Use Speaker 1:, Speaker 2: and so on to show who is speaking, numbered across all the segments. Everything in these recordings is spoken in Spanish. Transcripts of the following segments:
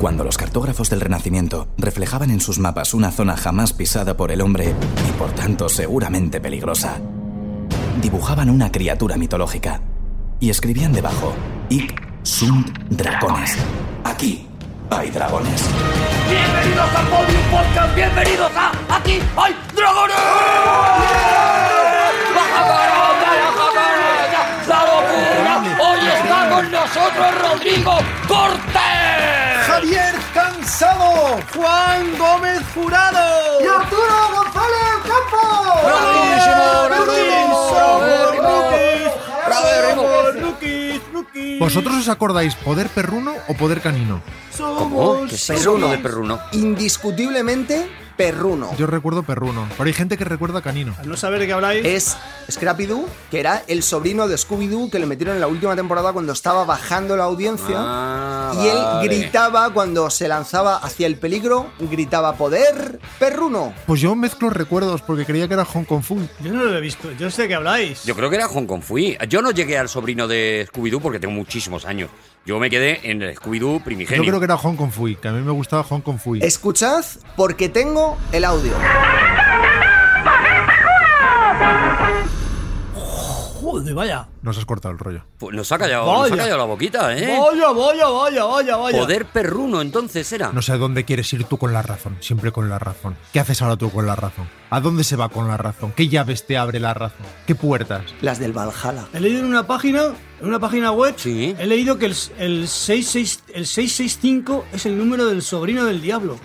Speaker 1: Cuando los cartógrafos del Renacimiento reflejaban en sus mapas una zona jamás pisada por el hombre y por tanto seguramente peligrosa, dibujaban una criatura mitológica y escribían debajo: Ic sunt dragones. Aquí hay dragones.
Speaker 2: Bienvenidos a Podium Podcast, bienvenidos a Aquí hay dragones. ¡Baja carota, baja carota! ¡La locura! Hoy está con nosotros Rodrigo Cortés.
Speaker 3: Javier Cansado, Juan Gómez Jurado y Arturo González Campo.
Speaker 2: ¡Bravísimo, bravísimo! ¡Bravísimo!
Speaker 4: ¿Vosotros os acordáis poder perruno o poder canino?
Speaker 3: somos
Speaker 5: Perruno de perruno.
Speaker 6: Indiscutiblemente, perruno.
Speaker 4: Yo recuerdo perruno, pero hay gente que recuerda canino.
Speaker 3: Al no saber de qué habláis,
Speaker 5: Eh.
Speaker 6: Es Scrappy Doo, que era el sobrino de Scooby Doo que le metieron en la última temporada cuando estaba bajando la audiencia.
Speaker 5: Ah,
Speaker 6: y él
Speaker 5: vale.
Speaker 6: gritaba cuando se lanzaba hacia el peligro, gritaba poder perruno.
Speaker 4: Pues yo mezclo recuerdos porque creía que era Hong Kong Fu.
Speaker 3: yo no lo he visto, yo sé que habláis.
Speaker 5: Yo creo que era Hong Kong Fui. Yo no llegué al sobrino de Scooby-Doo porque tengo muchísimos años. Yo me quedé en el Scooby-Doo
Speaker 4: Yo
Speaker 5: primigenio.
Speaker 4: creo que era Hong Kong Fui, que a mí me gustaba Hong Kong Fui.
Speaker 6: Escuchad porque tengo el audio.
Speaker 3: Joder, vaya.
Speaker 4: Nos has cortado el rollo.
Speaker 5: Pues Nos ha callado, nos ha
Speaker 3: Vaya.
Speaker 5: callado la boquita, ¿eh?
Speaker 3: Vaya, vaya, vaya, vaya, vaya.
Speaker 5: Poder perruno, entonces era.
Speaker 4: No sé a dónde quieres ir tú con la razón, siempre con la razón. ¿Qué haces ahora tú con la razón? ¿A dónde se va con la razón? ¿Qué llaves te abre la razón? ¿Qué puertas?
Speaker 6: Las del Valhalla.
Speaker 3: He leído en una página, en una página web,
Speaker 5: Sí.
Speaker 3: he leído que el, el, 66 el 665 es el número del sobrino del diablo.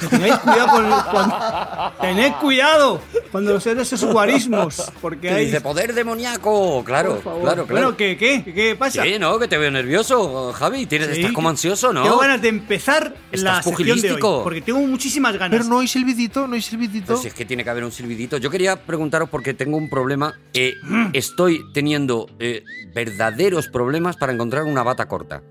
Speaker 3: Que tengáis cuidado con cuando- tened cuidado cuando os hagáis esos guarismos, porque
Speaker 5: Que
Speaker 3: hay
Speaker 5: dice poder demoníaco. Claro, claro, claro.
Speaker 3: Bueno, ¿qué, qué? ¿Qué pasa?
Speaker 5: Sí, no, que te veo nervioso, Javi. Tienes,
Speaker 3: Sí.
Speaker 5: Estás como ansioso, ¿no?
Speaker 3: Tengo ganas de empezar la
Speaker 5: Estás
Speaker 3: sección de hoy,
Speaker 5: pugilístico.
Speaker 3: porque tengo muchísimas ganas.
Speaker 4: Pero no hay silbidito, no hay silbidito.
Speaker 5: Pues si es que tiene que haber un silbidito. Yo quería preguntaros porque tengo un problema. Eh, estoy teniendo eh, verdaderos problemas para encontrar una bata corta.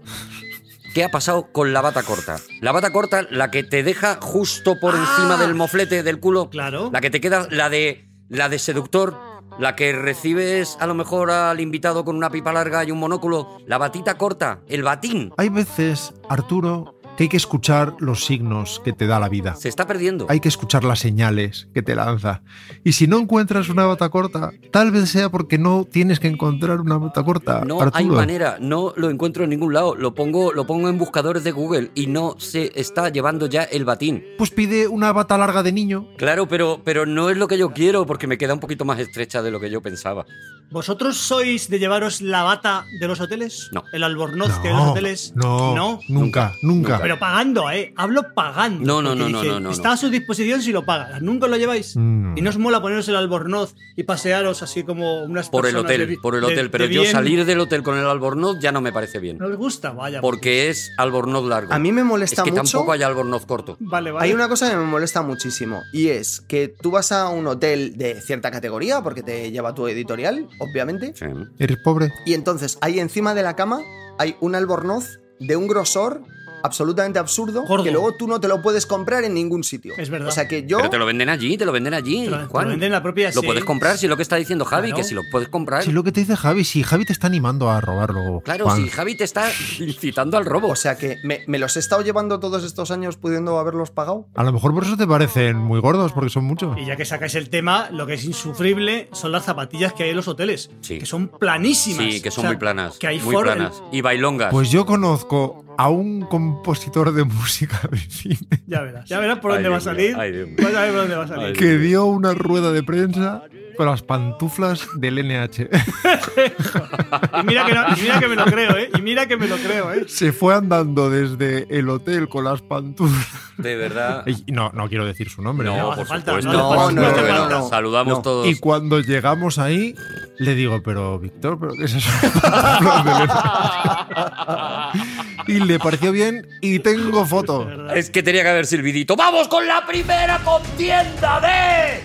Speaker 5: ¿Qué ha pasado con la bata corta? La bata corta, la que te deja justo por encima del moflete del culo.
Speaker 3: Claro.
Speaker 5: La que te queda, la de, la de seductor. La que recibes a lo mejor al invitado con una pipa larga y un monóculo. La batita corta, el batín.
Speaker 4: Hay veces, Arturo, que hay que escuchar los signos que te da la vida.
Speaker 5: Se está perdiendo.
Speaker 4: hay que escuchar las señales que te lanza. Y si no encuentras una bata corta, tal vez sea porque no tienes que encontrar una bata corta.
Speaker 6: Ah,
Speaker 5: No
Speaker 4: Arturo.
Speaker 5: hay manera, no lo encuentro en ningún lado. Lo pongo, lo pongo en buscadores de Google y no se está llevando ya el batín.
Speaker 4: Pues pide una bata larga de niño.
Speaker 5: Claro, pero, pero no es lo que yo quiero porque me queda un poquito más estrecha de lo que yo pensaba.
Speaker 3: ¿Vosotros sois de llevaros la bata de los hoteles?
Speaker 5: No.
Speaker 3: ¿El albornoz de los hoteles?
Speaker 4: no,
Speaker 3: No.
Speaker 4: nunca, nunca.
Speaker 3: Pero pagando, ¿eh? Hablo pagando.
Speaker 5: No, no,
Speaker 3: porque
Speaker 5: no, no,
Speaker 3: dije,
Speaker 5: no, no,
Speaker 3: Está
Speaker 5: no.
Speaker 3: a su disposición si lo pagas. Nunca lo lleváis.
Speaker 4: Mm.
Speaker 3: Y no os mola poneros el albornoz y pasearos así como unas
Speaker 5: Por el
Speaker 3: personas
Speaker 5: hotel,
Speaker 3: de-
Speaker 5: por el
Speaker 3: de-
Speaker 5: hotel.
Speaker 3: de
Speaker 5: pero yo
Speaker 3: bien.
Speaker 5: salir del hotel con el albornoz ya no me parece bien.
Speaker 3: No os gusta, vaya.
Speaker 5: Porque es albornoz largo.
Speaker 6: A mí me molesta
Speaker 5: es que
Speaker 6: mucho.
Speaker 5: tampoco hay albornoz corto.
Speaker 3: Vale, vale.
Speaker 6: Hay una cosa que me molesta muchísimo y es que tú vas a un hotel de cierta categoría porque te lleva tu editorial, obviamente,
Speaker 5: Sí.
Speaker 4: Eres pobre.
Speaker 6: y entonces ahí encima de la cama hay un albornoz de un grosor absolutamente absurdo
Speaker 3: Gordo.
Speaker 6: que luego tú no te lo puedes comprar en ningún sitio.
Speaker 3: Es verdad.
Speaker 6: O sea que yo
Speaker 5: Pero te lo venden allí, te lo venden allí.
Speaker 3: Te lo- te lo
Speaker 5: Juan.
Speaker 3: venden en la propia
Speaker 5: Lo
Speaker 3: sede.
Speaker 5: puedes comprar, si es lo que está diciendo Javi,
Speaker 3: Claro.
Speaker 5: que si lo puedes comprar.
Speaker 4: Si lo que te dice Javi, si Javi te está animando a robarlo.
Speaker 5: Claro,
Speaker 4: Juan.
Speaker 5: si Javi te está incitando al robo.
Speaker 6: o sea que me, me los he estado llevando todos estos años pudiendo haberlos pagado.
Speaker 4: A lo mejor por eso te parecen muy gordos, porque son muchos.
Speaker 3: Y ya que sacáis el tema, lo que es insufrible son las zapatillas que hay en los hoteles.
Speaker 5: Sí.
Speaker 3: Que son planísimas.
Speaker 5: sí, que son
Speaker 3: O sea,
Speaker 5: muy planas.
Speaker 3: Que hay
Speaker 5: muy
Speaker 3: for-
Speaker 5: planas. Y bailongas.
Speaker 4: Pues yo conozco a un compositor de música de cine
Speaker 3: Ya verás. Ya verás por
Speaker 5: Ay,
Speaker 3: dónde va a
Speaker 5: Dios
Speaker 3: salir.
Speaker 5: mío, ay, Dios mío.
Speaker 3: Vas a ver por dónde va a salir.
Speaker 5: Ay, Dios
Speaker 4: que dio una rueda de prensa con las pantuflas del E. NH.
Speaker 3: Y mira, que no- y mira que me lo creo, ¿eh? Y mira que me lo creo, ¿eh?
Speaker 4: Se fue andando desde el hotel con las pantuflas.
Speaker 5: De verdad.
Speaker 4: Y No, no quiero decir su nombre.
Speaker 3: No,
Speaker 4: ¿eh?
Speaker 3: hace falta,
Speaker 6: no hace falta. No, no, no, no.
Speaker 5: Saludamos
Speaker 6: No.
Speaker 5: todos.
Speaker 4: Y cuando llegamos ahí, le digo, pero Víctor, ¿pero qué es eso? y le pareció bien y tengo foto.
Speaker 5: Es que tenía que haber silbidito. ¡Vamos con la primera contienda de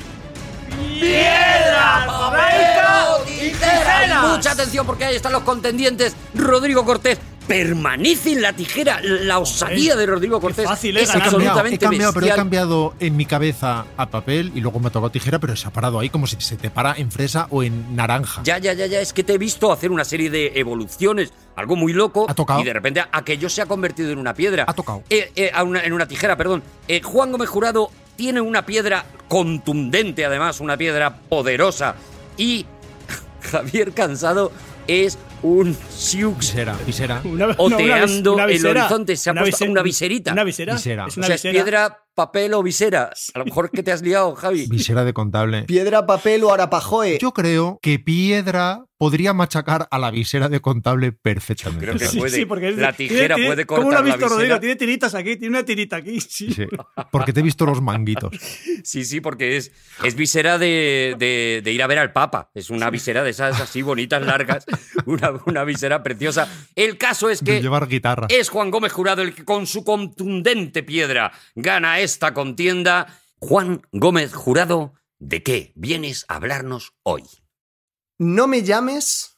Speaker 5: piedra, papel o tijera! Y Mucha atención porque ahí están los contendientes. Rodrigo Cortés permanece en la tijera la osadía de Rodrigo Cortés.
Speaker 3: fácil, ¿eh?
Speaker 5: es
Speaker 3: He cambiado,
Speaker 4: He
Speaker 5: absolutamente
Speaker 4: cambiado, pero he
Speaker 5: bestial.
Speaker 4: cambiado en mi cabeza a papel y luego me ha tocado tijera, pero se ha parado ahí como si se te para en fresa o en naranja.
Speaker 5: Ya, ya, ya, ya, es que te he visto hacer una serie de evoluciones, algo muy loco,
Speaker 4: Ha tocado.
Speaker 5: y de repente aquello se ha convertido en una piedra.
Speaker 4: Ha tocado.
Speaker 5: Eh, eh, a una- en una tijera, perdón. Eh, Juan Gómez Jurado tiene una piedra contundente, además, una piedra poderosa. Y Javier Cansado es un Sioux.
Speaker 4: Visera, visera.
Speaker 3: Una- no, una vis-
Speaker 5: Oteando
Speaker 3: una
Speaker 5: el
Speaker 3: visera.
Speaker 5: horizonte, se ha puesto
Speaker 3: vise-
Speaker 5: una viserita.
Speaker 3: Una visera.
Speaker 4: Visera.
Speaker 3: Es
Speaker 5: O
Speaker 3: una
Speaker 5: sea, es
Speaker 3: visera.
Speaker 5: piedra, papel o visera. A lo mejor que te has liado, Javi.
Speaker 4: Visera de contable.
Speaker 6: Piedra, papel o
Speaker 5: Eh,
Speaker 6: arapajoe.
Speaker 4: Yo creo que piedra podría machacar a la visera de contable perfectamente.
Speaker 5: Creo que
Speaker 3: Sí,
Speaker 5: puede.
Speaker 3: sí, porque es de-
Speaker 5: la tijera
Speaker 3: tiene-
Speaker 5: puede
Speaker 3: tiene- ¿Cómo
Speaker 5: cortar
Speaker 3: lo ha
Speaker 5: la
Speaker 3: visto Rodrigo?
Speaker 5: visera.
Speaker 3: Tiene tiritas aquí, tiene una tirita aquí. Sí.
Speaker 4: Sí, porque te he visto los manguitos.
Speaker 5: Sí, sí, porque es, es visera de, de- de ir a ver al Papa. Es una visera de esas así bonitas, largas. Una, una visera preciosa. El caso es
Speaker 4: De
Speaker 5: que eh,
Speaker 4: llevar guitarra.
Speaker 5: es Juan Gómez Jurado el que con su contundente piedra gana esta contienda. Juan Gómez Jurado, ¿de qué vienes a hablarnos hoy?
Speaker 6: No me llames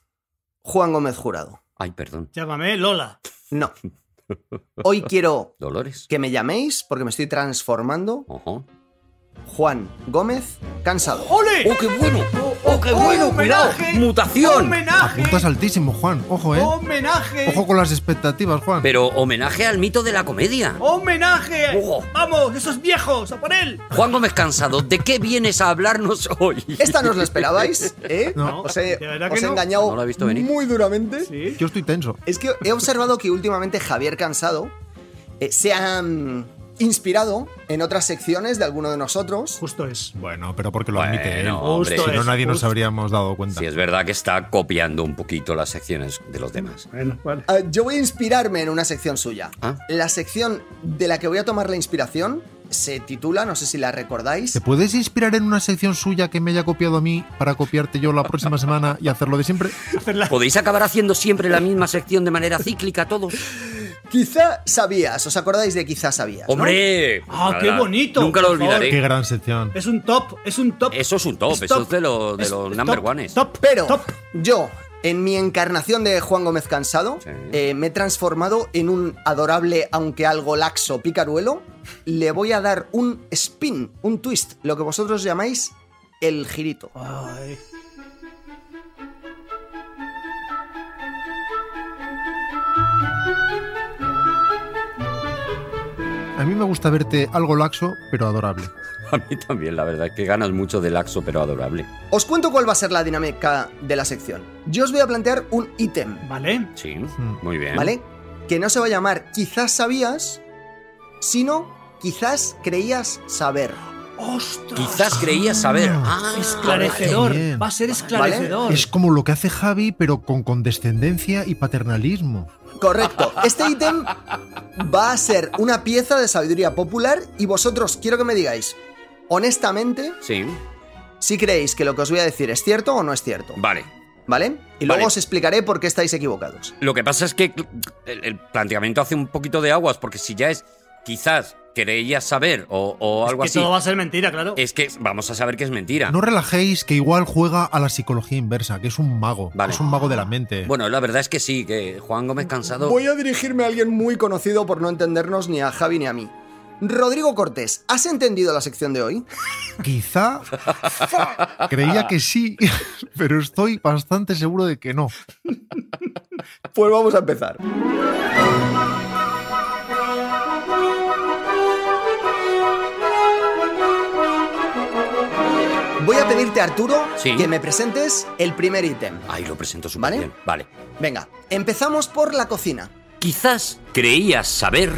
Speaker 6: Juan Gómez Jurado.
Speaker 5: Ay, perdón.
Speaker 3: Llámame Lola.
Speaker 6: No. Hoy quiero
Speaker 5: Dolores.
Speaker 6: que me llaméis porque me estoy transformando
Speaker 5: Ojo.
Speaker 6: Juan Gómez Cansado.
Speaker 3: ¡Ole!
Speaker 5: ¡Oh, qué bueno! ¡Oh, qué bueno! ¡Cuidado!
Speaker 3: Homenaje,
Speaker 5: ¡Mutación!
Speaker 3: ¡Homenaje!
Speaker 4: Apuntas altísimo, Juan. Ojo, eh.
Speaker 3: ¡Homenaje!
Speaker 4: Ojo con las expectativas, Juan.
Speaker 5: Pero homenaje al mito de la comedia.
Speaker 3: ¡Homenaje!
Speaker 5: Ojo.
Speaker 3: ¡Vamos, esos viejos! ¡A por él!
Speaker 5: Juan Gómez Cansado, ¿de qué vienes a hablarnos hoy?
Speaker 6: ¿Esta no os la esperabais? ¿eh?
Speaker 4: No,
Speaker 6: os he,
Speaker 3: de verdad
Speaker 6: os
Speaker 3: que
Speaker 6: he
Speaker 3: no.
Speaker 6: engañado
Speaker 5: No la he visto venir.
Speaker 6: muy duramente.
Speaker 3: Sí.
Speaker 4: Yo estoy tenso.
Speaker 6: Es que he observado que últimamente Javier Cansado eh, se ha mm, inspirado en otras secciones de alguno de nosotros.
Speaker 3: Justo es.
Speaker 4: Bueno, pero porque lo admite él.
Speaker 5: Bueno, hombre,
Speaker 3: Justo
Speaker 4: Si no,
Speaker 3: es,
Speaker 4: nadie nos
Speaker 3: justo.
Speaker 4: habríamos dado cuenta.
Speaker 5: Sí, es verdad que está copiando un poquito las secciones de los demás.
Speaker 3: Bueno, vale.
Speaker 6: Ah, yo voy a inspirarme en una sección suya.
Speaker 5: Ah.
Speaker 6: La sección de la que voy a tomar la inspiración se titula, no sé si la recordáis,
Speaker 4: ¿Te puedes inspirar en una sección suya que me haya copiado a mí para copiarte yo la próxima semana y hacerlo de siempre?
Speaker 5: ¿Podéis acabar haciendo siempre la misma sección de manera cíclica todos?
Speaker 6: Quizá sabías, ¿os acordáis de Quizá sabías? no?
Speaker 5: ¡Hombre!
Speaker 3: Ah,
Speaker 5: la
Speaker 3: qué
Speaker 5: verdad,
Speaker 3: bonito,
Speaker 5: Nunca lo
Speaker 3: por favor.
Speaker 5: olvidaré.
Speaker 4: Qué gran sección.
Speaker 3: Es un top, es un top.
Speaker 5: Eso es un top,
Speaker 3: Es
Speaker 5: eso es de, lo- de
Speaker 3: Es-
Speaker 5: los
Speaker 3: es
Speaker 5: number
Speaker 3: top,
Speaker 5: ones.
Speaker 3: Top,
Speaker 6: Pero
Speaker 3: top.
Speaker 6: yo, en mi encarnación de Juan Gómez Cansado,
Speaker 5: Sí.
Speaker 6: eh, me he transformado en un adorable, aunque algo laxo, picaruelo. Le voy a dar un spin, un twist, lo que vosotros llamáis el girito.
Speaker 3: Ay.
Speaker 4: A mí me gusta verte algo laxo, pero adorable.
Speaker 5: A mí también, la verdad, es que ganas mucho de laxo, pero adorable.
Speaker 6: Os cuento cuál va a ser la dinámica de la sección. Yo os voy a plantear un ítem,
Speaker 3: Vale.
Speaker 5: Sí,
Speaker 3: Mm.
Speaker 5: muy bien.
Speaker 6: ¿vale? Que no se va a llamar quizás sabías, sino quizás creías saber.
Speaker 3: ¡Ostras!
Speaker 5: Quizás creías saber. Ah,
Speaker 3: Mm. Esclarecedor.
Speaker 4: Qué bien.
Speaker 3: Va a ser esclarecedor.
Speaker 4: Es como lo que hace Javi, pero con condescendencia y paternalismo.
Speaker 6: Correcto. Este ítem va a ser una pieza de sabiduría popular y vosotros quiero que me digáis, honestamente,
Speaker 5: Sí,
Speaker 6: si creéis que lo que os voy a decir es cierto o no es cierto.
Speaker 5: vale.
Speaker 6: ¿Vale? Y luego
Speaker 5: Vale.
Speaker 6: os explicaré por qué estáis equivocados.
Speaker 5: Lo que pasa es que el, el planteamiento hace un poquito de aguas, porque si ya es quizás creías saber o, o
Speaker 3: Es
Speaker 5: algo
Speaker 3: que
Speaker 5: así,
Speaker 3: todo va a ser mentira, claro.
Speaker 5: es que vamos a saber que es mentira.
Speaker 4: No relajéis, que igual juega a la psicología inversa, que es un mago.
Speaker 5: Vale.
Speaker 4: Es un mago de la mente.
Speaker 5: Bueno, la verdad es que sí, que Juan Gómez Cansado.
Speaker 6: Voy a dirigirme a alguien muy conocido por no entendernos ni a Javi ni a mí. Rodrigo Cortés, ¿has entendido la sección de hoy?
Speaker 4: Quizá creía que sí, pero estoy bastante seguro de que no.
Speaker 6: Pues vamos a empezar. Voy a pedirte, Arturo,
Speaker 5: Sí.
Speaker 6: que me presentes el primer ítem.
Speaker 5: Ay, lo presento súper
Speaker 6: ¿Vale?
Speaker 5: bien. Vale.
Speaker 6: Venga, empezamos por la cocina.
Speaker 5: Quizás creías saber.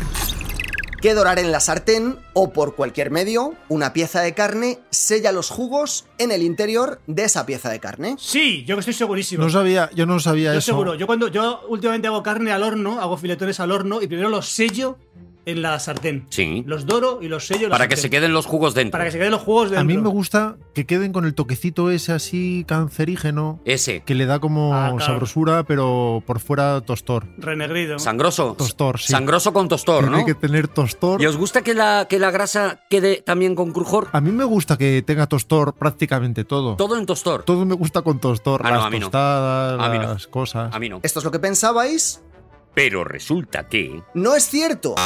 Speaker 6: Que dorar en la sartén o por cualquier medio una pieza de carne sella los jugos en el interior de esa pieza de carne.
Speaker 3: Sí, yo que estoy segurísimo.
Speaker 4: No sabía, yo no sabía
Speaker 3: yo
Speaker 4: eso.
Speaker 3: seguro. Yo cuando yo últimamente hago carne al horno, hago filetones al horno y primero los sello en la sartén.
Speaker 5: Sí.
Speaker 3: Los doro y los sello. en la
Speaker 5: Para que se
Speaker 3: sartén.
Speaker 5: queden los jugos dentro.
Speaker 3: Para que se queden los juegos de.
Speaker 4: A mí me gusta que queden con el toquecito ese así cancerígeno,
Speaker 5: Ese.
Speaker 4: que le da como
Speaker 3: Ah, claro.
Speaker 4: sabrosura, pero por fuera tostor.
Speaker 3: Renegrido.
Speaker 5: Sangroso.
Speaker 4: Tostor, sí.
Speaker 5: Sangroso con tostor,
Speaker 4: Tiene
Speaker 5: ¿no?
Speaker 4: que tener tostor. Ah,
Speaker 5: ¿Y os gusta que la, que la grasa quede también con crujor?
Speaker 4: A mí me gusta que tenga tostor prácticamente todo.
Speaker 5: Todo en tostor.
Speaker 4: Todo me gusta con tostor.
Speaker 5: Ah, no,
Speaker 4: las
Speaker 5: a mí no.
Speaker 4: tostadas,
Speaker 5: A mí no.
Speaker 4: las cosas.
Speaker 5: A mí no.
Speaker 6: Esto es lo que pensabais.
Speaker 5: Pero resulta que.
Speaker 6: No es cierto.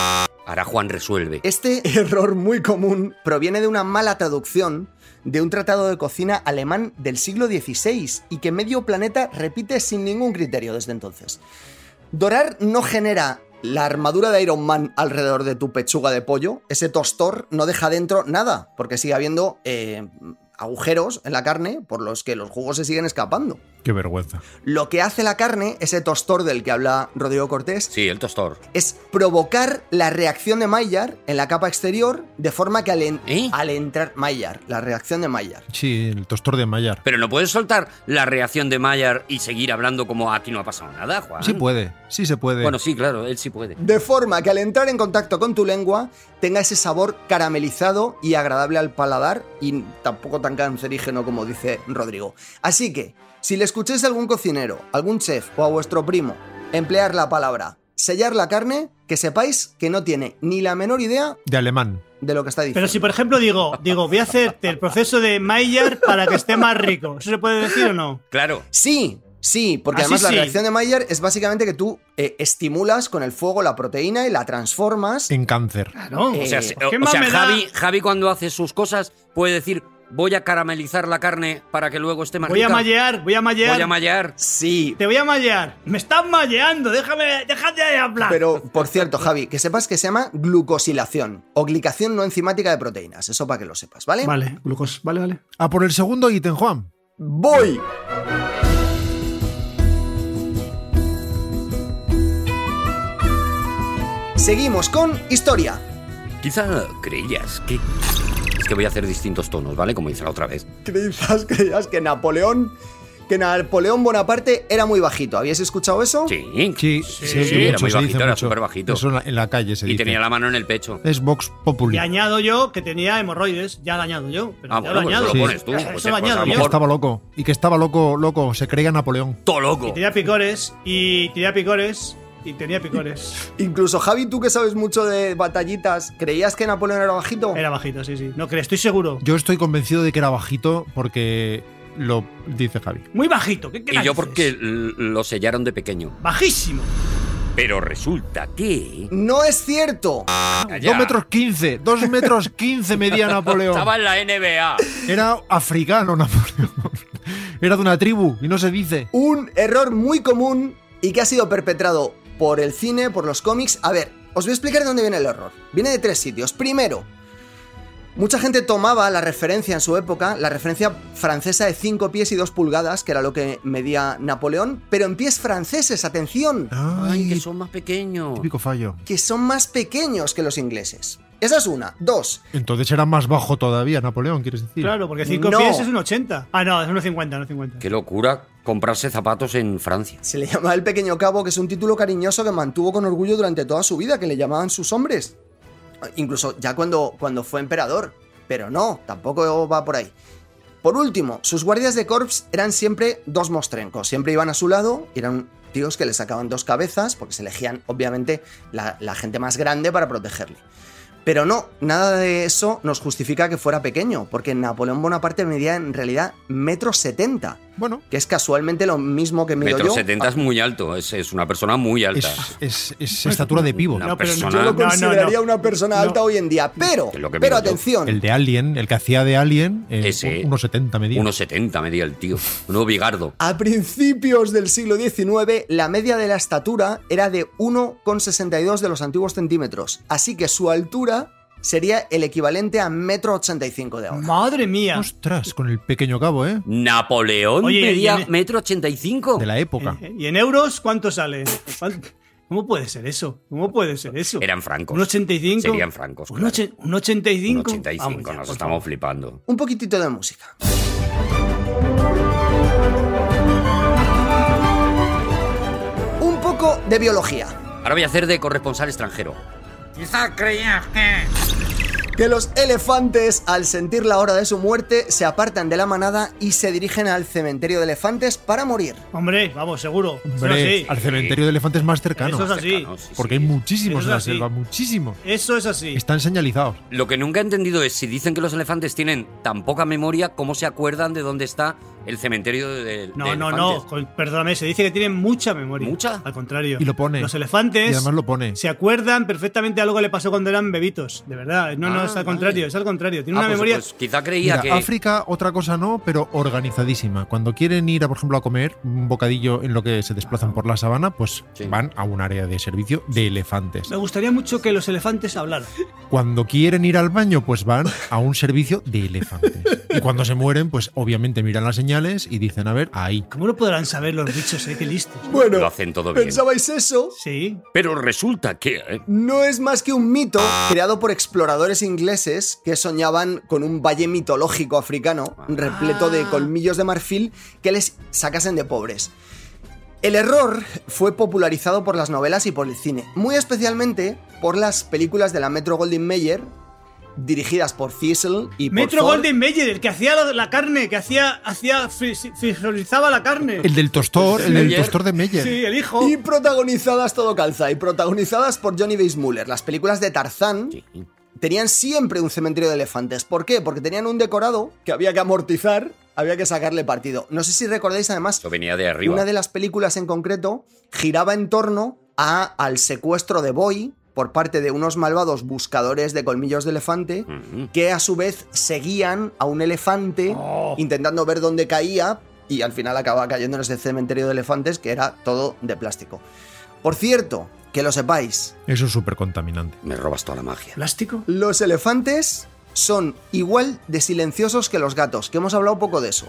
Speaker 5: Ahora Juan resuelve.
Speaker 6: Este error muy común proviene de una mala traducción de un tratado de cocina alemán del siglo XVI y que medio planeta repite sin ningún criterio desde entonces. Dorar no genera la armadura de Iron Man alrededor de tu pechuga de pollo, ese tostor no deja dentro nada, porque sigue habiendo eh, agujeros en la carne por los que los jugos se siguen escapando.
Speaker 4: Qué vergüenza.
Speaker 6: Lo que hace la carne, ese tostor del que habla Rodrigo Cortés,
Speaker 5: Sí, el tostor.
Speaker 6: es provocar la reacción de Maillard en la capa exterior de forma que al, en-
Speaker 5: ¿Eh?
Speaker 6: al entrar Maillard, la reacción de Maillard.
Speaker 4: Sí, el tostor de Mayar.
Speaker 5: Pero no puedes soltar la reacción de Mayer y seguir hablando como "Ah, aquí no ha pasado nada, Juan.
Speaker 4: Sí puede, sí se puede.
Speaker 5: ¿eh? Bueno, sí, claro, él sí puede.
Speaker 6: De forma que al entrar en contacto con tu lengua tenga ese sabor caramelizado y agradable al paladar y tampoco tan cancerígeno como dice Rodrigo. Así que, si le escucháis a algún cocinero, algún chef o a vuestro primo emplear la palabra sellar la carne, que sepáis que no tiene ni la menor idea
Speaker 4: de alemán.
Speaker 6: de lo que está diciendo.
Speaker 3: Pero si, por ejemplo, digo, digo, voy a hacerte el proceso de Maillard para que esté más rico. ¿Eso se puede decir o no?
Speaker 5: Claro.
Speaker 6: Sí, sí, porque
Speaker 3: Así
Speaker 6: además la
Speaker 3: Ah, sí.
Speaker 6: reacción de Maillard es básicamente que tú eh, estimulas con el fuego la proteína y la transformas.
Speaker 4: En cáncer.
Speaker 3: Claro.
Speaker 5: O sea,
Speaker 6: Eh,
Speaker 5: se-
Speaker 3: ¿qué
Speaker 5: o- o
Speaker 3: más
Speaker 5: sea,
Speaker 3: me da?
Speaker 5: Javi, Javi cuando hace sus cosas puede decir voy a caramelizar la carne para que luego esté más
Speaker 3: Voy a
Speaker 5: rica.
Speaker 3: mallear, voy a mallear.
Speaker 5: Voy a mallar.
Speaker 6: Sí,
Speaker 3: Te voy a mallear. Me estás malleando. Déjame, déjate de hablar.
Speaker 6: Pero, por cierto, Javi, que sepas que se llama glucosilación o glicación no enzimática de proteínas. Eso para que lo sepas, ¿vale?
Speaker 3: Vale, glucos, vale, vale.
Speaker 4: A por el segundo ítem, Juan.
Speaker 6: ¡Voy! Seguimos con historia.
Speaker 5: Quizá creías que... Es que voy a hacer distintos tonos, ¿vale? Como hice la otra vez.
Speaker 6: ¿Creías, creías que Napoleón, que Napoleón Bonaparte era muy bajito? ¿Habías escuchado eso?
Speaker 5: Sí.
Speaker 4: Sí,
Speaker 5: era
Speaker 4: mucho,
Speaker 5: muy
Speaker 4: se
Speaker 5: bajito,
Speaker 4: dice
Speaker 5: era
Speaker 4: mucho.
Speaker 5: súper bajito.
Speaker 4: Eso en la, en la calle se
Speaker 5: Y
Speaker 4: dice.
Speaker 5: tenía la mano en el pecho.
Speaker 4: Es Vox
Speaker 3: Y
Speaker 4: Populi.
Speaker 3: añado yo que tenía hemorroides. Ya lo añado yo. Pero
Speaker 5: Ah,
Speaker 3: ya
Speaker 5: bueno,
Speaker 3: lo
Speaker 5: pues
Speaker 3: añado.
Speaker 5: lo pones tú,
Speaker 3: Eso
Speaker 5: pues,
Speaker 3: lo
Speaker 5: pues, a
Speaker 3: añado
Speaker 4: Y
Speaker 5: lo
Speaker 4: que
Speaker 3: yo.
Speaker 5: mejor-
Speaker 4: estaba loco. Y que estaba loco, loco. Se creía Napoleón.
Speaker 5: ¡Todo loco!
Speaker 3: Tenía picores y tenía picores y tenía picores.
Speaker 6: Incluso Javi, tú que sabes mucho de batallitas, ¿creías que Napoleón era bajito?
Speaker 3: Era bajito, sí, sí. No creo, estoy seguro.
Speaker 4: Yo estoy convencido de que era bajito porque lo dice Javi.
Speaker 3: Muy bajito. ¿Qué
Speaker 5: Y yo
Speaker 3: narices?
Speaker 5: porque l- lo sellaron de pequeño.
Speaker 3: Bajísimo.
Speaker 5: Pero resulta que...
Speaker 6: No es cierto.
Speaker 5: Allá.
Speaker 4: 2 metros 15, 2 metros 15 medía Napoleón.
Speaker 5: Estaba en la NBA.
Speaker 4: Era africano Napoleón. Era de una tribu y no se dice.
Speaker 6: Un error muy común y que ha sido perpetrado por el cine, por los cómics. A ver, os voy a explicar de dónde viene el error. Viene de tres sitios. Primero, mucha gente tomaba la referencia en su época, la referencia francesa de 5 pies y 2 pulgadas, que era lo que medía Napoleón, pero en pies franceses, atención,
Speaker 4: Ah.
Speaker 5: Ay, que
Speaker 4: Ay,
Speaker 5: son más pequeños.
Speaker 4: típico fallo.
Speaker 6: que son más pequeños que los ingleses. Esa es una. Dos,
Speaker 4: Entonces era más bajo todavía Napoleón, quieres decir.
Speaker 3: Claro, porque 5
Speaker 6: No.
Speaker 3: pies es un 80. Ah, no, es un 50, no 50.
Speaker 5: Qué locura comprarse zapatos en Francia.
Speaker 6: se le llamaba El Pequeño Cabo, que es un título cariñoso que mantuvo con orgullo durante toda su vida, que le llamaban sus hombres. Incluso ya cuando, cuando fue emperador. Pero no, tampoco va por ahí. Por último, sus guardias de corps eran siempre dos mostrencos. Siempre iban a su lado, eran tíos que le sacaban dos cabezas, porque se elegían, obviamente, la, la gente más grande para protegerle. Pero no, nada de eso nos justifica que fuera pequeño, porque Napoleón Bonaparte medía en realidad metro setenta,
Speaker 4: Bueno,
Speaker 6: que es casualmente lo mismo que mido
Speaker 5: Metro
Speaker 6: yo.
Speaker 5: setenta es
Speaker 3: Ah.
Speaker 5: muy alto. Es, es una persona muy alta.
Speaker 4: es, es- es estatura de pivo.
Speaker 5: No.
Speaker 3: No, pero
Speaker 5: persona-
Speaker 3: no,
Speaker 5: Yo
Speaker 3: no,
Speaker 5: lo
Speaker 3: no, no.
Speaker 6: Ah, consideraría una persona alta
Speaker 3: No. Mm.
Speaker 6: hoy en día. Pero,
Speaker 5: Que lo que
Speaker 6: pero
Speaker 5: miro yo.
Speaker 6: atención,
Speaker 4: El de Alien, el que hacía de Alien, eh,
Speaker 5: Ese.
Speaker 4: unos 70 medía.
Speaker 5: 1,70 medía el tío. Nuevo bigardo.
Speaker 6: a principios del siglo XIX, la media de la estatura era de 1,62 de los antiguos centímetros. Así que su altura sería el equivalente a metro 85 de ahora.
Speaker 3: Madre mía.
Speaker 4: Ostras, con el pequeño cabo, ¿eh?
Speaker 5: Napoleón
Speaker 3: Oye,
Speaker 5: medía
Speaker 3: y en-
Speaker 5: metro ochenta y cinco.
Speaker 4: De la época.
Speaker 3: Eh, ¿Y en euros cuánto sale? ¿Cuánto- ¿Cómo puede ser eso? ¿Cómo puede ser eso?
Speaker 5: Eran francos.
Speaker 3: ¿Un 85?
Speaker 5: Serían francos,
Speaker 3: ¿Un,
Speaker 5: claro.
Speaker 3: ochen- un 85?
Speaker 5: 1,85,
Speaker 3: Vamos ya,
Speaker 5: nos
Speaker 3: por
Speaker 5: estamos
Speaker 3: favor.
Speaker 5: flipando.
Speaker 6: Un poquitito de música. Un poco de biología.
Speaker 5: Ahora voy a hacer de corresponsal extranjero.
Speaker 7: Quizá creías que
Speaker 6: que los elefantes, al sentir la hora de su muerte, se apartan de la manada y se dirigen al cementerio de elefantes para morir.
Speaker 3: Hombre, vamos, seguro. Eso
Speaker 4: Hombre,
Speaker 3: es
Speaker 4: al
Speaker 3: así.
Speaker 4: cementerio de elefantes más cercano.
Speaker 3: Eso es así.
Speaker 5: Cercanos, sí,
Speaker 4: Porque hay
Speaker 5: sí.
Speaker 4: muchísimos
Speaker 3: Eso
Speaker 4: en la
Speaker 3: es así.
Speaker 4: selva, muchísimos.
Speaker 3: Eso es así.
Speaker 4: Están señalizados.
Speaker 5: Lo que nunca he entendido es si dicen que los elefantes tienen tan poca memoria, ¿cómo se acuerdan de dónde está el cementerio de, de
Speaker 3: No,
Speaker 5: de
Speaker 3: no, no.
Speaker 5: elefantes?
Speaker 3: con- Perdóname, se dice que tienen mucha memoria.
Speaker 5: ¿Mucha?
Speaker 3: Al contrario.
Speaker 4: Y lo pone.
Speaker 3: Los
Speaker 4: Y
Speaker 3: elefantes
Speaker 4: además lo pone.
Speaker 3: se acuerdan perfectamente de algo que le pasó cuando eran bebitos. De verdad. No, no,
Speaker 5: Ah,
Speaker 3: es al
Speaker 5: vale.
Speaker 3: contrario. Es al contrario. Tiene
Speaker 5: Ah,
Speaker 3: una
Speaker 5: pues-
Speaker 3: memoria.
Speaker 5: pues quizá creía
Speaker 4: Mira,
Speaker 5: que.
Speaker 4: África, otra cosa no, pero organizadísima. Cuando quieren ir, a, por ejemplo, a comer un bocadillo en lo que se desplazan por la sabana, pues
Speaker 5: Sí.
Speaker 4: van a un área de servicio de elefantes.
Speaker 3: Me gustaría mucho que los elefantes hablaran.
Speaker 4: Cuando quieren ir al baño, pues van a un servicio de elefantes. Y cuando se mueren, pues obviamente miran las señales y dicen, a ver, ahí.
Speaker 3: ¿Cómo lo podrán saber los bichos, eh? Qué listos.
Speaker 6: Bueno,
Speaker 5: Lo hacen todo bien.
Speaker 6: ¿pensabais eso?
Speaker 3: Sí.
Speaker 5: Pero resulta que. eh,
Speaker 6: No es más que un mito creado por exploradores ingleses que soñaban con un valle mitológico africano repleto de colmillos de marfil que les sacasen de pobres. El error fue popularizado por las novelas y por el cine, muy especialmente por las películas de la Metro Goldwyn Mayer dirigidas por Thistle y por
Speaker 3: Metro
Speaker 6: Thor.
Speaker 3: Golden Mayer, el que hacía la, la carne, que hacía, hacía, fris- frisolizaba la carne.
Speaker 4: El del tostor, el del
Speaker 5: Meyer.
Speaker 4: tostor de Meyer.
Speaker 3: Sí, el hijo.
Speaker 6: Y protagonizadas todo calza, y protagonizadas por Johnny Weissmuller. Las películas de Tarzán tenían siempre un cementerio de elefantes. ¿Por qué? Porque tenían un decorado que había que amortizar, había que sacarle partido. No sé si recordáis además,
Speaker 5: Eso venía de arriba.
Speaker 6: una de las películas en concreto giraba en torno a, al secuestro de Boy por parte de unos malvados buscadores de colmillos de
Speaker 5: Mm.
Speaker 6: elefante
Speaker 5: Ujú.
Speaker 6: que a su vez seguían a un elefante
Speaker 4: Oh.
Speaker 6: intentando ver dónde caía y al final acaba cayendo en ese cementerio de elefantes que era todo de plástico. Por cierto, que lo sepáis,
Speaker 4: Eso es súper contaminante.
Speaker 5: Me robas toda la magia.
Speaker 3: ¿Plástico?
Speaker 6: los elefantes son igual de silenciosos que los gatos, que hemos hablado poco de eso.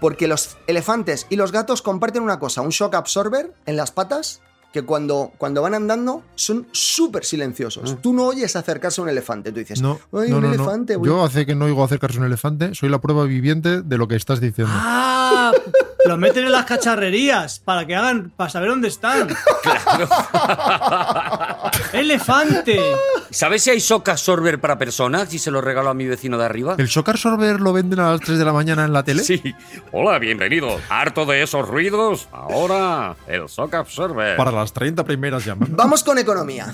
Speaker 6: Porque los elefantes y los gatos comparten una cosa, un shock absorber en las patas, que cuando, cuando van andando son súper silenciosos. Tú no oyes acercarse a un elefante, tú dices,
Speaker 4: Mm. No,
Speaker 6: "Ay,
Speaker 4: no,
Speaker 6: un
Speaker 4: no, no.
Speaker 6: elefante! voy".
Speaker 4: Yo hace que no oigo acercarse un elefante, soy la prueba viviente de lo que estás diciendo.
Speaker 3: ¡Ah! Los meten en las cacharrerías para que hagan, para saber dónde están. ¡Elefante!
Speaker 5: ¿Sabes si hay soca sorber para personas? Y se lo regalo a mi vecino de arriba.
Speaker 4: ¿El shock absorber lo venden a las 3 de la mañana en la tele?
Speaker 5: Sí. Hola, bienvenido. Harto de esos ruidos. Ahora, el soca absorber.
Speaker 4: Para las 30 primeras llamas.
Speaker 6: Vamos con economía.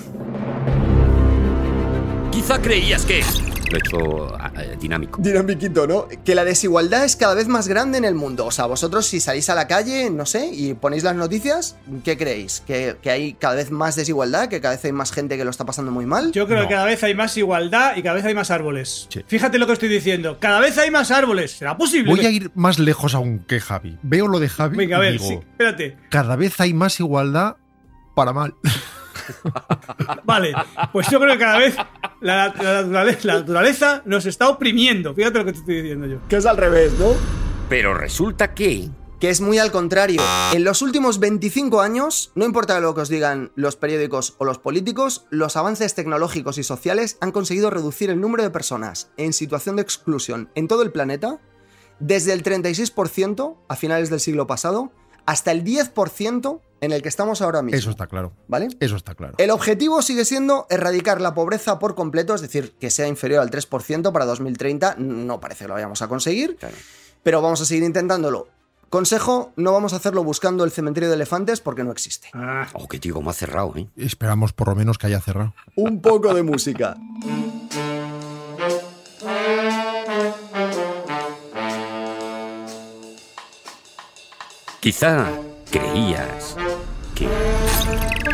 Speaker 5: Quizá creías que. Lo he hecho ah, eh, dinámico.
Speaker 6: Dinamiquito, ¿no? Que la desigualdad es cada vez más grande en el mundo. O sea, vosotros si salís a la calle, no sé, y ponéis las noticias, ¿qué creéis? ¿Que, que hay cada vez más desigualdad? ¿Que cada vez hay más gente que lo está pasando muy mal?
Speaker 3: Yo creo
Speaker 4: No.
Speaker 3: que cada vez hay más igualdad y cada vez hay más árboles.
Speaker 4: Sí.
Speaker 3: Fíjate lo que estoy diciendo. Cada vez hay más árboles. ¿Será posible?
Speaker 4: Voy a ir más lejos aún que Javi. Veo lo de Javi
Speaker 3: Venga, a
Speaker 4: y
Speaker 3: ver,
Speaker 4: digo,
Speaker 3: sí, espérate.
Speaker 4: cada vez hay más igualdad para mal.
Speaker 3: Vale, pues yo creo que cada vez la, la naturaleza, la naturaleza nos está oprimiendo. Fíjate lo que te estoy diciendo yo.
Speaker 6: Que es al revés, ¿no?
Speaker 5: Pero resulta que.
Speaker 6: Que es muy al contrario. En los últimos 25 años, no importa lo que os digan los periódicos o los políticos, los avances tecnológicos y sociales han conseguido reducir el número de personas en situación de exclusión en todo el planeta desde el 36% a finales del siglo pasado hasta el 10% en el que estamos ahora mismo.
Speaker 4: Eso está claro.
Speaker 6: ¿Vale?
Speaker 4: Eso está claro.
Speaker 6: El objetivo sigue siendo erradicar la pobreza por completo, es decir, que sea inferior al 3% para 2030. No parece que lo vayamos a conseguir,
Speaker 5: Claro.
Speaker 6: pero vamos a seguir intentándolo. Consejo, no vamos a hacerlo buscando el cementerio de elefantes porque no existe.
Speaker 3: Ah,
Speaker 5: Oh, que digo, me ha cerrado, ¿eh?
Speaker 4: Esperamos por lo menos que haya cerrado.
Speaker 6: Un poco de música.
Speaker 5: Quizá creías que.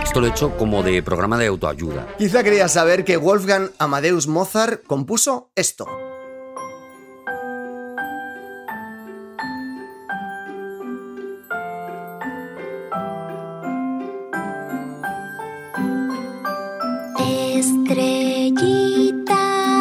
Speaker 5: Esto lo he hecho como de programa de autoayuda.
Speaker 6: Quizá querías saber que Wolfgang Amadeus Mozart compuso esto.
Speaker 7: Estrellita,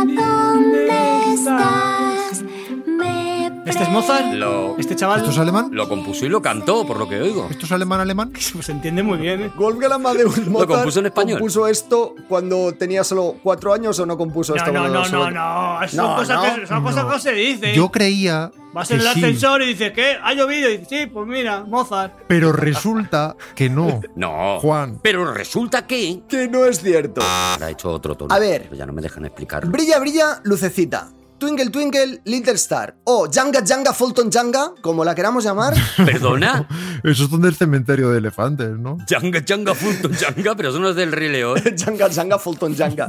Speaker 7: ¿dónde estás? Me
Speaker 3: Esta es Mozart?
Speaker 5: Lo,
Speaker 3: Este chaval
Speaker 4: ¿Esto es alemán?
Speaker 5: lo compuso y lo cantó, por lo que oigo.
Speaker 4: ¿Esto es alemán alemán?
Speaker 3: se entiende muy bien, ¿eh?
Speaker 6: Wolfgang Amadeus Mozart
Speaker 5: compuso en español.
Speaker 6: compuso esto cuando tenía solo cuatro años o no compuso
Speaker 3: No,
Speaker 6: esto?
Speaker 3: no,
Speaker 6: cuando
Speaker 3: no,
Speaker 6: solo-
Speaker 3: no, no. Son,
Speaker 6: No,
Speaker 3: cosas,
Speaker 6: no,
Speaker 3: que, son cosas que no se dicen.
Speaker 4: Yo creía.
Speaker 3: Vas en
Speaker 4: que
Speaker 3: el
Speaker 4: sí,
Speaker 3: ascensor y dices, ¿qué? ¿Ha llovido? Y dices, sí, pues mira, Mozart.
Speaker 4: pero resulta que no.
Speaker 5: No.
Speaker 4: Juan.
Speaker 5: Pero resulta que.
Speaker 6: Que no es cierto.
Speaker 5: Ahora he hecho otro tono.
Speaker 6: A ver.
Speaker 5: Pero ya no me dejan explicarlo.
Speaker 6: Brilla, brilla, lucecita. Twinkle, twinkle, little star. O Janga, Janga, Fulton, Janga, como la queramos llamar.
Speaker 5: Perdona.
Speaker 4: Eso es donde el cementerio de elefantes, ¿no?
Speaker 5: Changa, changa, punto, changa, pero eso no es del Rey León.
Speaker 6: Janga, Janga, Fulton, Janga.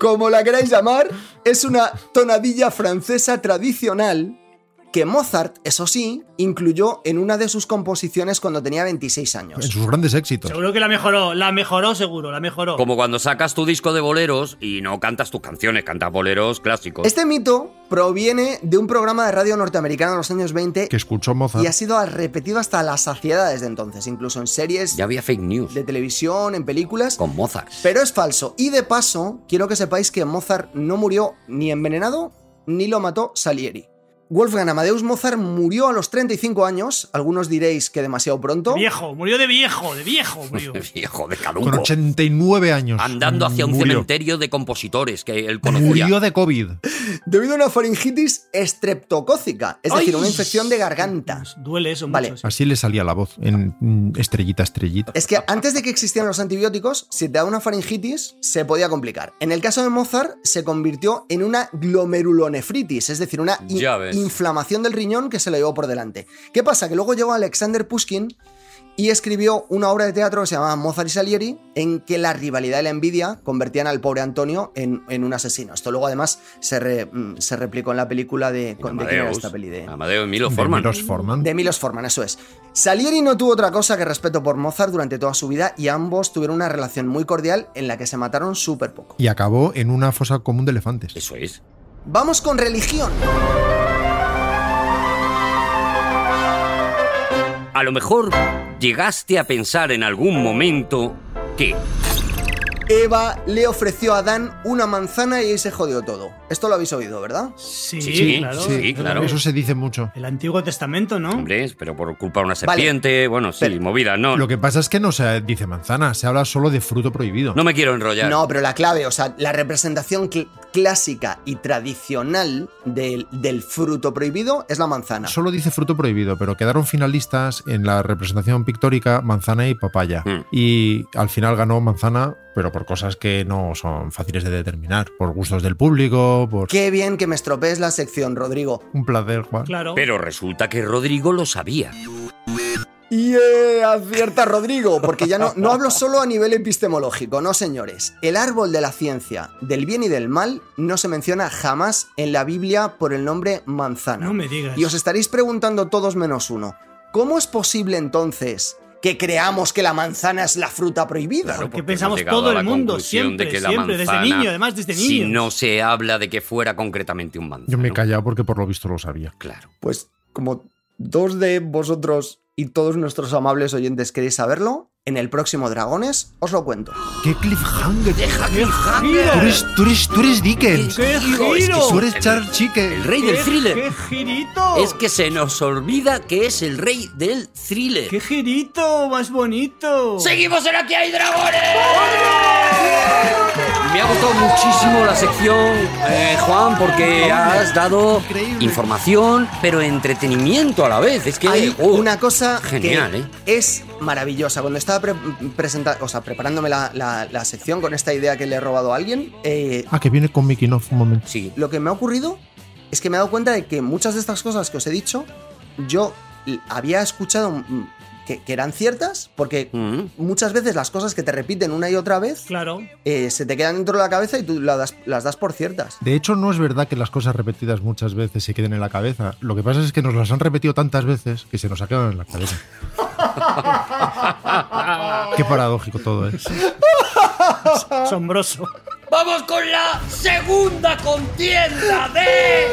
Speaker 6: Como la queráis llamar, es una tonadilla francesa tradicional que Mozart, eso sí, incluyó en una de sus composiciones cuando tenía 26
Speaker 4: En
Speaker 6: años.
Speaker 4: sus grandes éxitos.
Speaker 3: Seguro que la mejoró, la mejoró seguro, la mejoró.
Speaker 5: Como cuando sacas tu disco de boleros y no cantas tus canciones, cantas boleros clásicos.
Speaker 6: Este mito proviene de un programa de radio norteamericano de los años 20
Speaker 4: Que escuchó Mozart.
Speaker 6: y ha sido repetido hasta la saciedad desde entonces, incluso en series
Speaker 5: Ya había fake news
Speaker 6: de televisión, en películas.
Speaker 5: con Mozart.
Speaker 6: Pero es falso. Y de paso, quiero que sepáis que Mozart no murió ni envenenado ni lo mató Salieri. Wolfgang Amadeus Mozart murió a los 35 años. Algunos diréis que demasiado pronto.
Speaker 3: Viejo, murió de viejo, de viejo murió.
Speaker 5: Viejo de
Speaker 4: Con
Speaker 5: caduco.
Speaker 4: 89 años.
Speaker 5: Andando hacia un
Speaker 4: murió.
Speaker 5: cementerio de compositores que él conocía.
Speaker 4: Murió de COVID.
Speaker 6: Debido a una faringitis estreptocócica, es decir,
Speaker 3: ¡Ay!
Speaker 6: una infección de garganta.
Speaker 3: Duele eso
Speaker 6: Vale.
Speaker 3: mucho. sí.
Speaker 4: Así le salía la voz en mm, estrellita, estrellita.
Speaker 6: Es que antes de que existieran los antibióticos, si te da una faringitis, se podía complicar. En el caso de Mozart, se convirtió en una glomerulonefritis, es decir, una in-
Speaker 5: Ya ves.
Speaker 6: inflamación del riñón que se lo llevó por delante. ¿Qué pasa? Que luego llegó Alexander Pushkin y escribió una obra de teatro que se llamaba Mozart y Salieri, en que la rivalidad y la envidia convertían al pobre Antonio en, en un asesino. Esto luego, además, se, re- mm, se replicó en la película de. con- ¿De quién era
Speaker 5: Amadeus. Ah,
Speaker 6: esta peli? De-
Speaker 5: Amadeus Emilio
Speaker 4: De
Speaker 5: Forman.
Speaker 4: Milos Forman.
Speaker 6: de Milos Forman, eso es. Salieri no tuvo otra cosa que respeto por Mozart durante toda su vida y ambos tuvieron una relación muy cordial en la que se mataron súper poco.
Speaker 4: Y acabó en una fosa común de elefantes.
Speaker 5: Eso es.
Speaker 6: Vamos con religión.
Speaker 5: A lo mejor llegaste a pensar en algún momento que
Speaker 6: Eva le ofreció a Adán una manzana y ahí se jodió todo. Esto lo habéis oído, ¿verdad?
Speaker 3: Sí,
Speaker 5: Sí,
Speaker 3: claro.
Speaker 5: sí, claro.
Speaker 4: Eso se dice mucho.
Speaker 3: El Antiguo Testamento, ¿no?
Speaker 5: Hombre, pero por culpa de una
Speaker 6: Vale.
Speaker 5: serpiente, bueno, sí,
Speaker 6: Pero-
Speaker 5: movida, no.
Speaker 4: Lo que pasa es que no se dice manzana, se habla solo de fruto prohibido.
Speaker 5: No me quiero enrollar.
Speaker 6: No, pero la clave, o sea, la representación cl- clásica y tradicional del, del fruto prohibido es la manzana.
Speaker 4: Solo dice fruto prohibido, pero quedaron finalistas en la representación pictórica manzana y papaya.
Speaker 5: Mm.
Speaker 4: Y al final ganó manzana, pero por cosas que no son fáciles de determinar, por gustos del público, por
Speaker 6: Qué bien que me estropees la sección, Rodrigo.
Speaker 4: un placer, Juan.
Speaker 3: Claro.
Speaker 5: Pero resulta que Rodrigo lo sabía.
Speaker 6: Y eh, acierta Rodrigo, porque ya no, no hablo solo a nivel epistemológico, no señores. El árbol de la ciencia, del bien y del mal, no se menciona jamás en la Biblia por el nombre manzana.
Speaker 3: No me digas.
Speaker 6: Y os estaréis preguntando todos menos uno, ¿cómo es posible entonces que creamos que la manzana es la fruta prohibida?
Speaker 5: Claro,
Speaker 3: Porque
Speaker 5: hemos
Speaker 3: pensamos
Speaker 5: llegado
Speaker 3: todo
Speaker 5: a la
Speaker 3: el mundo,
Speaker 5: conclusión
Speaker 3: siempre, siempre, desde niño, además, desde
Speaker 5: Si
Speaker 3: niño.
Speaker 5: no se habla de que fuera concretamente un manzano.
Speaker 4: Yo me he callado porque por lo visto lo sabía.
Speaker 5: Claro.
Speaker 6: Pues como dos de vosotros y todos nuestros amables oyentes queréis saberlo, en el próximo Dragones os lo cuento.
Speaker 4: ¡Qué cliffhanger!
Speaker 3: ¡Qué giro!
Speaker 4: Tú eres,
Speaker 5: este
Speaker 4: tú eres, tú eres Dickens.
Speaker 3: ¡Qué
Speaker 5: Digo, es que
Speaker 3: giro!
Speaker 4: Tú eres
Speaker 5: El-
Speaker 4: Charles Chique.
Speaker 5: El rey
Speaker 3: ¡Qué-
Speaker 5: del thriller.
Speaker 3: ¡Qué girito!
Speaker 5: Es que se nos olvida que es el rey del thriller.
Speaker 3: ¡Qué girito más bonito!
Speaker 5: ¡Seguimos en Aquí hay Dragones! Me ha gustado muchísimo la sección, eh, Juan, porque has dado
Speaker 4: Increíble.
Speaker 5: información, pero entretenimiento a la vez. Es que
Speaker 6: Hay
Speaker 5: oh,
Speaker 6: una cosa
Speaker 5: genial,
Speaker 6: que
Speaker 5: ¿eh?
Speaker 6: es maravillosa. Cuando estaba pre- presenta- o sea, preparándome la, la- la sección con esta idea que le he robado a alguien, eh,
Speaker 4: Ah, que viene con Mickey Noff un momento.
Speaker 5: Sí,
Speaker 6: lo que me ha ocurrido es que me he dado cuenta de que muchas de estas cosas que os he dicho, yo l- había escuchado mm, que, que eran ciertas, porque
Speaker 5: Mm.
Speaker 6: muchas veces las cosas que te repiten una y otra vez
Speaker 3: Claro.
Speaker 6: eh, se te quedan dentro de la cabeza y tú la das- las das por ciertas.
Speaker 4: De hecho, no es verdad que las cosas repetidas muchas veces se queden en la cabeza. Lo que pasa es que nos las han repetido tantas veces que se nos ha quedado en la cabeza. Qué paradójico todo ¿eh? es.
Speaker 6: Ah.
Speaker 3: Asombroso.
Speaker 2: Vamos con la segunda contienda de.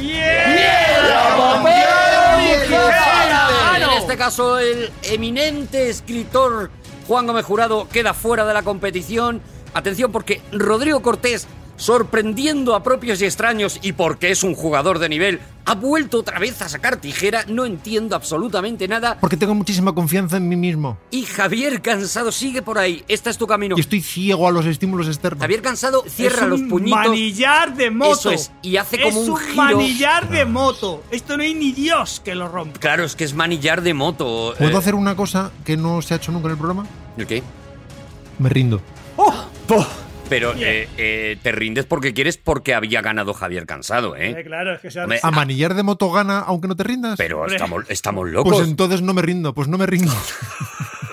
Speaker 2: ¡Piedra, papel, tijera!
Speaker 5: En este caso, el eminente escritor Juan Gómez Jurado queda fuera de la competición. Atención, porque Rodrigo Cortés sorprendiendo a propios y extraños y porque es un jugador de nivel, ha vuelto otra vez a sacar tijera, no entiendo absolutamente nada.
Speaker 4: Porque tengo muchísima confianza en mí mismo.
Speaker 5: Y Javier Cansado sigue por ahí, este es tu camino.
Speaker 4: Y estoy ciego a los estímulos externos.
Speaker 5: Javier Cansado cierra
Speaker 3: es un
Speaker 5: los puñitos.
Speaker 3: Manillar de moto.
Speaker 5: Eso es, y hace como
Speaker 3: es
Speaker 5: un
Speaker 3: un,
Speaker 5: giro.
Speaker 3: manillar de moto. Esto no hay ni Dios que lo rompa.
Speaker 5: Claro, es que es manillar de moto.
Speaker 4: ¿Puedo
Speaker 5: eh,
Speaker 4: hacer una cosa que no se ha hecho nunca en el programa?
Speaker 5: ¿el qué?
Speaker 4: Me rindo.
Speaker 5: Pero eh, eh, te rindes porque quieres porque había ganado Javier Cansado,
Speaker 3: Eh,
Speaker 5: ¿eh?
Speaker 3: claro, es que se
Speaker 5: Hombre,
Speaker 4: ¿A manillar de moto gana aunque no te rindas?
Speaker 5: Pero
Speaker 3: Hombre.
Speaker 5: estamos, estamos
Speaker 4: pues
Speaker 5: locos.
Speaker 4: entonces no me rindo, pues no me rindo.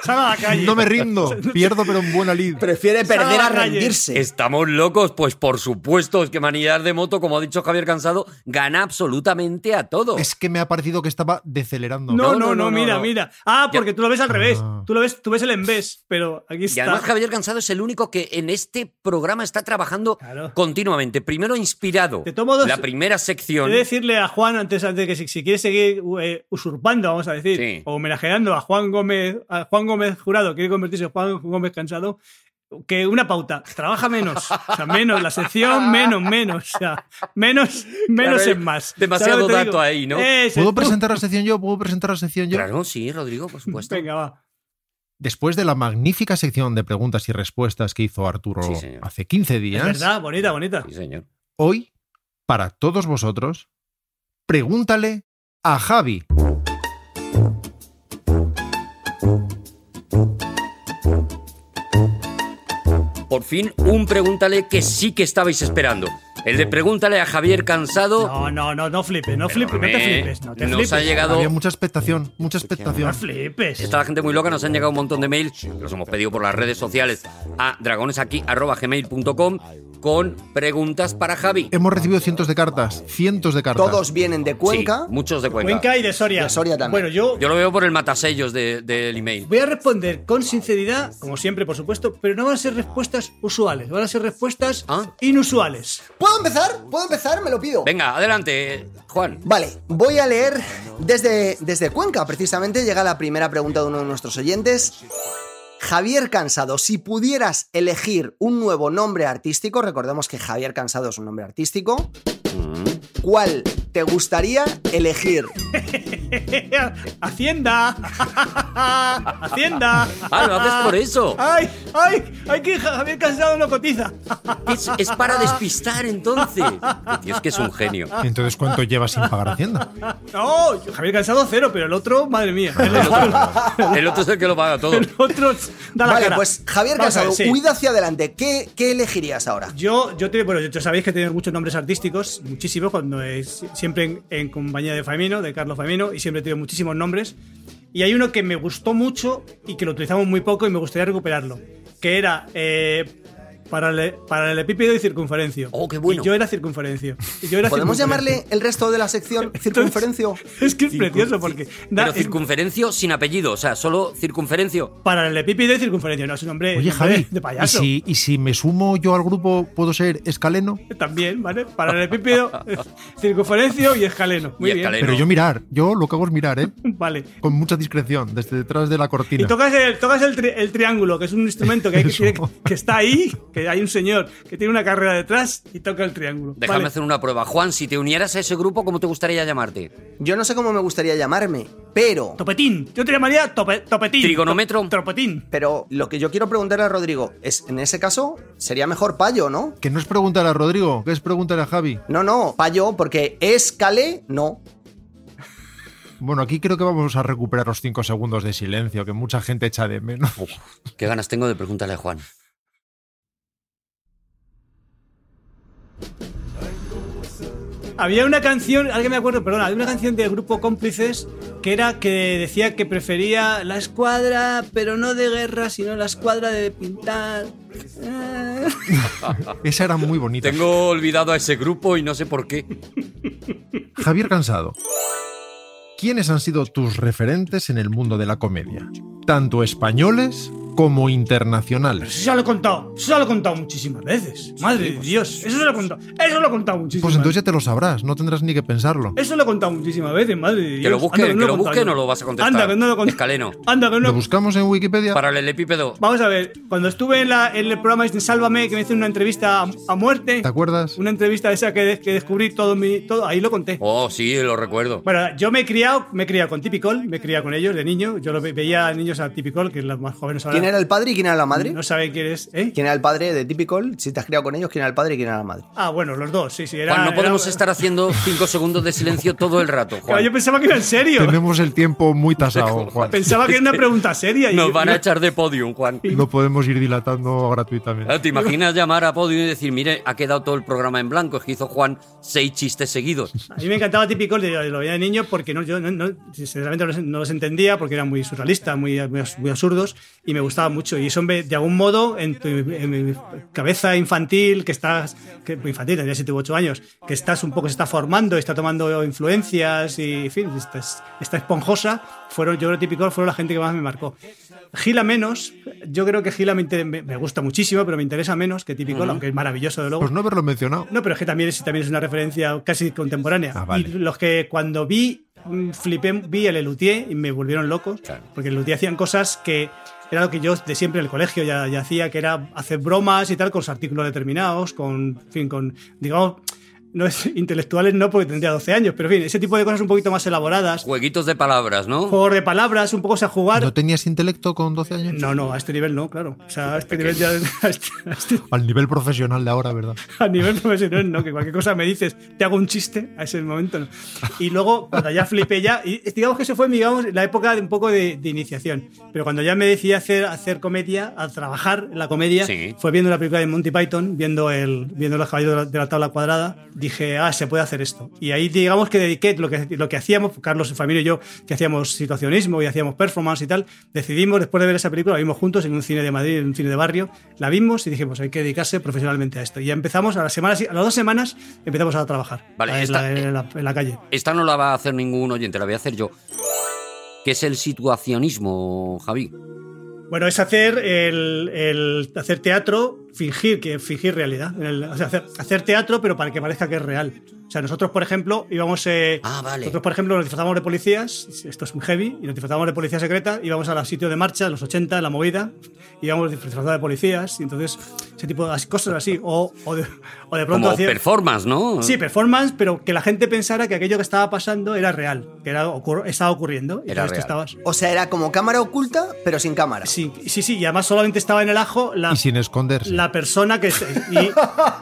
Speaker 3: sal a la calle.
Speaker 4: Ah, no me rindo. Pierdo, pero en buena lid.
Speaker 6: Prefiere
Speaker 3: Sal a
Speaker 6: perder
Speaker 3: la
Speaker 6: a
Speaker 3: calle.
Speaker 6: rendirse.
Speaker 5: Estamos locos, pues por supuesto, es que manillar de moto, como ha dicho Javier Cansado, gana absolutamente a todo.
Speaker 4: Es que me ha parecido que estaba decelerando.
Speaker 3: No, no,
Speaker 5: No,
Speaker 3: no,
Speaker 5: no, no,
Speaker 3: mira,
Speaker 5: no.
Speaker 3: mira. Ah, porque tú lo ves al revés.
Speaker 4: Ah.
Speaker 3: Tú lo ves, tú ves el envés, pero aquí
Speaker 5: Y
Speaker 3: está.
Speaker 5: además Javier Cansado es el único que en este programa está trabajando
Speaker 3: Claro.
Speaker 5: continuamente. Primero inspirado.
Speaker 3: Te tomo dos-
Speaker 5: La primera
Speaker 3: He
Speaker 5: sección.
Speaker 3: de decirle a Juan antes, antes de que si, si quiere seguir eh, usurpando, vamos a decir,
Speaker 5: Sí.
Speaker 3: o homenajeando a Juan Gómez, a Juan Gómez jurado, quiere convertirse en Juan Gómez cansado, que una pauta, trabaja menos, o sea, menos, la sección menos, menos, o sea, menos, menos
Speaker 5: Claro,
Speaker 3: es más.
Speaker 5: demasiado
Speaker 3: ¿Sabes lo que te
Speaker 5: dato
Speaker 3: digo? Eh,
Speaker 5: ahí, ¿no?
Speaker 3: Ese-
Speaker 4: ¿Puedo presentar la sección yo? ¿Puedo presentar la sección yo?
Speaker 5: Claro, sí, Rodrigo, por supuesto.
Speaker 3: Venga, va.
Speaker 4: Después de la magnífica sección de preguntas y respuestas que hizo Arturo
Speaker 5: Sí, señor.
Speaker 4: hace 15
Speaker 3: Es
Speaker 4: días,
Speaker 3: verdad, bonita, bonita.
Speaker 5: Sí, señor.
Speaker 4: hoy, para todos vosotros, pregúntale a Javi.
Speaker 5: Por fin, un pregúntale que sí que estabais esperando. El de pregúntale a Javier Cansado.
Speaker 3: No, no, no, no flipes, no flipes, no te
Speaker 5: Perdóname,
Speaker 3: flipes, no te
Speaker 5: nos
Speaker 3: flipes.
Speaker 5: ha llegado.
Speaker 4: Había mucha expectación, mucha expectación.
Speaker 3: No flipes.
Speaker 5: Está la gente muy loca, nos han llegado un montón de mails, los hemos pedido por las redes sociales a dragonesaquí.gmail.com con preguntas para Javi.
Speaker 4: Hemos recibido cientos de cartas, cientos de cartas.
Speaker 6: Todos vienen de Cuenca.
Speaker 5: Sí, muchos de Cuenca.
Speaker 3: Cuenca y de Soria.
Speaker 6: De Soria también.
Speaker 3: Bueno, yo
Speaker 5: Yo lo veo por el matasellos de- del email.
Speaker 3: Voy a responder con sinceridad, como siempre, por supuesto, pero no van a ser respuestas usuales, van a ser respuestas
Speaker 5: Ah.
Speaker 3: inusuales.
Speaker 6: ¿Puedo empezar? ¿Puedo empezar? Me lo pido.
Speaker 5: Venga, adelante, Juan.
Speaker 6: Vale, voy a leer desde, desde Cuenca, precisamente. Llega la primera pregunta de uno de nuestros oyentes. Javier Cansado, si pudieras elegir un nuevo nombre artístico, recordemos que Javier Cansado es un nombre artístico, ¿cuál te gustaría elegir?
Speaker 3: ¡Hacienda! ¡Hacienda!
Speaker 5: Ah, lo haces por eso.
Speaker 3: ¡Ay, ay! ¡Ay, que Javier Cansado no cotiza!
Speaker 5: Es, es para despistar entonces. Dios, que es un genio.
Speaker 4: Entonces, ¿cuánto llevas sin pagar Hacienda?
Speaker 3: No, yo- Javier Cansado cero, pero el otro, madre mía. El otro,
Speaker 5: El otro es el que lo paga todo.
Speaker 3: el otro da la
Speaker 6: vale,
Speaker 3: cara.
Speaker 6: pues Javier
Speaker 3: Vamos a ver,
Speaker 6: Cansado,
Speaker 3: sí.
Speaker 6: huida hacia adelante. ¿Qué, qué elegirías ahora?
Speaker 3: Yo, yo te, bueno, yo sabéis que tengo muchos nombres artísticos, muchísimos, cuando es, siempre en, en compañía de Faimino, de Carlos Faimino, y siempre he tenido muchísimos nombres. Y hay uno que me gustó mucho y que lo utilizamos muy poco y me gustaría recuperarlo, que era eh, para, el, para el epípedo y circunferencio.
Speaker 5: Oh, qué bueno.
Speaker 3: Y yo era circunferencio. Y yo era
Speaker 6: ¿Podemos
Speaker 3: circunferencio.
Speaker 6: llamarle el resto de la sección circunferencio?
Speaker 3: Es que es precioso porque. da-
Speaker 5: Pero circunferencio sin apellido, o sea, solo circunferencio.
Speaker 3: para el epípedo y circunferencio, no es un nombre, un
Speaker 4: Oye,
Speaker 3: nombre
Speaker 4: Javi,
Speaker 3: Eh, de
Speaker 4: ¿y
Speaker 3: payaso.
Speaker 4: si, y si me sumo yo al grupo, puedo ser escaleno?
Speaker 3: También, ¿vale? Para el epípedo, circunferencio y escaleno. Muy
Speaker 5: Y
Speaker 3: bien.
Speaker 5: escaleno.
Speaker 4: Pero yo mirar, yo lo que hago es mirar, ¿eh?
Speaker 3: Vale.
Speaker 4: Con mucha discreción, desde detrás de la
Speaker 3: Y
Speaker 4: cortina.
Speaker 3: tocas el, tocas el, tri- el triángulo, que es un instrumento que, hay que,
Speaker 4: Eso.
Speaker 3: tiene- que está ahí, que hay un señor que tiene una carrera detrás y toca el triángulo.
Speaker 5: Déjame
Speaker 3: Vale.
Speaker 5: hacer una prueba. Juan, si te unieras a ese grupo, ¿cómo te gustaría llamarte?
Speaker 6: Yo no sé cómo me gustaría llamarme, pero...
Speaker 3: Topetín. Yo te llamaría tope- topetín.
Speaker 5: Trigonómetro.
Speaker 3: To- Tropetín.
Speaker 6: Pero lo que yo quiero preguntarle a Rodrigo es, en ese caso, sería mejor Payo, ¿no?
Speaker 4: Que no es preguntar a Rodrigo, que es preguntar a Javi.
Speaker 6: No, no, Payo, porque escalé, no.
Speaker 4: Bueno, aquí creo que vamos a recuperar los cinco segundos de silencio que mucha gente echa de menos.
Speaker 5: Uf, qué ganas tengo de preguntarle a Juan.
Speaker 3: Había una canción, alguien me acuerdo, perdona, había una canción del grupo Cómplices que era que decía que prefería la escuadra, pero no de guerra, sino la escuadra de pintar. Eh.
Speaker 4: Esa era muy bonita.
Speaker 5: Tengo olvidado a ese grupo y no sé por qué.
Speaker 4: Javier Cansado. ¿Quiénes han sido tus referentes en el mundo de la comedia? Tanto españoles como internacional.
Speaker 3: Pero eso ya lo he contado. Eso ya lo he contado muchísimas veces. Madre de Dios. Eso se lo he contado. Eso lo he contado muchísimas
Speaker 4: Pues entonces ya te lo sabrás, no tendrás ni que pensarlo.
Speaker 3: Eso lo he contado muchísimas veces, madre de Dios.
Speaker 5: Que lo busque,
Speaker 3: he
Speaker 5: que lo
Speaker 3: contado
Speaker 5: busque,
Speaker 3: yo.
Speaker 5: no lo vas a contestar.
Speaker 3: Anda, que no lo cont-
Speaker 5: Escaleno.
Speaker 3: Anda, que no
Speaker 4: Lo buscamos en Wikipedia.
Speaker 5: Paralelepípedo.
Speaker 3: Vamos a ver, cuando estuve en, la- en el programa este Sálvame, que me hice una entrevista a, a muerte,
Speaker 4: ¿Te acuerdas?
Speaker 3: una entrevista esa que, de- que descubrí todo mi. todo Ahí lo conté.
Speaker 5: Oh, sí, lo recuerdo.
Speaker 3: Bueno, yo me he criado, me he criado con Tipicol, me he criado con ellos de niño. Yo lo ve- veía niños a Tipicol, que los más jóvenes ahora
Speaker 6: ¿Quién era el padre y quién era la madre?
Speaker 3: no saben quién es. ¿eh?
Speaker 6: ¿Quién era el padre de Typical? Si te has criado con ellos, ¿quién era el padre y quién era la madre?
Speaker 3: Ah, bueno, los dos, sí, sí. Era,
Speaker 5: Juan, no
Speaker 3: era-
Speaker 5: podemos estar haciendo cinco segundos de silencio todo el rato,
Speaker 3: Claro,
Speaker 5: Juan.
Speaker 3: Yo pensaba que era en serio.
Speaker 4: Tenemos el tiempo muy tasado, Juan.
Speaker 3: Pensaba que era una pregunta seria. y-
Speaker 5: Nos van a echar de podium, Juan.
Speaker 4: Lo podemos ir dilatando gratuitamente.
Speaker 5: Claro, ¿Te imaginas llamar a podium y decir, mire, ha quedado todo el programa en blanco? Es que hizo Juan seis chistes seguidos.
Speaker 3: A mí me encantaba Típico, de- lo veía de niño porque no, yo no, no- sinceramente no los, no los entendía porque eran muy surrealistas, muy, muy, abs- muy absurdos y me gustaba mucho. Y eso me- de algún modo en, tu- en mi cabeza infantil, que estás, que, pues, infantil, tendría 7 u 8 años, que estás un poco, se está formando, está tomando influencias y, en fin, estás, está esponjosa, fueron, yo creo Típico fueron la gente que más me marcó. Gila menos, yo creo que Gila me, inter- me- me gusta muchísimo, pero me interesa menos que Típico, aunque es maravilloso de luego.
Speaker 4: Pues no haberlo mencionado.
Speaker 3: No, pero es que también es, también es una referencia casi contemporánea.
Speaker 4: Ah, vale.
Speaker 3: Y los que cuando vi, mm, flipé, vi el Elutier y me volvieron locos. Porque el Elutier hacían cosas que era lo que yo de siempre en el colegio ya, ya hacía, que era hacer bromas y tal con los artículos determinados, con, en fin, con, digamos, no es intelectuales no porque tendría 12 años, pero en fin, ese tipo de cosas un poquito más elaboradas,
Speaker 5: Jueguitos de palabras, ¿no?
Speaker 3: juegos de palabras, un poco se a jugar.
Speaker 4: ¿No tenías intelecto con 12 años?
Speaker 3: No, no, a este nivel no, claro. O sea, a este nivel ya. a este- a este-
Speaker 4: Al nivel profesional de ahora, ¿verdad?
Speaker 3: a nivel profesional, no, que cualquier cosa me dices, te hago un chiste, a ese momento no. Y luego, cuando ya flipé ya, y digamos que eso fue, digamos, la época de un poco de, de iniciación. Pero cuando ya me decidí a hacer, a hacer comedia, a trabajar en la comedia,
Speaker 5: Sí.
Speaker 3: fue viendo la película de Monty Python, viendo, el, viendo los caballos de la, de la tabla cuadrada, dije, ah, se puede hacer esto. Y ahí, digamos que dediqué lo que, lo que hacíamos, Carlos, su familia y yo, que hacíamos situacionismo y hacíamos performance y tal, decidimos, después de ver esa película, la vimos juntos en un cine de Madrid, en un cine de barrio, la vimos y dijimos, hay que dedicarse profesionalmente a esto. Y ya empezamos, a las, semanas, a las dos semanas empezamos a trabajar
Speaker 5: Vale,
Speaker 3: en,
Speaker 5: esta-
Speaker 3: la, en la- en la calle.
Speaker 5: Esta no la va a hacer ningún oyente, la voy a hacer yo. Que es el situacionismo, Javi.
Speaker 3: Bueno, es hacer el, el- hacer teatro, fingir que fingir realidad. El- o sea, hacer, hacer teatro, pero para que parezca que es real. O sea, nosotros, por ejemplo, íbamos. eh,
Speaker 5: Ah, vale.
Speaker 3: Nosotros, por ejemplo, nos disfrazábamos de policías, esto es muy heavy, y nos disfrazábamos de policía secreta, íbamos a los sitios de marcha, en los 80, la movida, íbamos disfrazados de policías, y entonces, ese tipo de as- cosas así. O, o de, o de pronto
Speaker 5: Como
Speaker 3: hacía-
Speaker 5: performance, ¿no?
Speaker 3: Sí, performance, pero que la gente pensara que aquello que estaba pasando era real, que era, ocurr- estaba ocurriendo. Y
Speaker 5: Era
Speaker 3: entonces tú
Speaker 5: real.
Speaker 3: estabas.
Speaker 6: O sea, era como cámara oculta, pero sin cámara.
Speaker 3: Sí, sí, sí, y además solamente estaba en el ajo la,
Speaker 4: Y sin esconderse.
Speaker 3: la persona que y-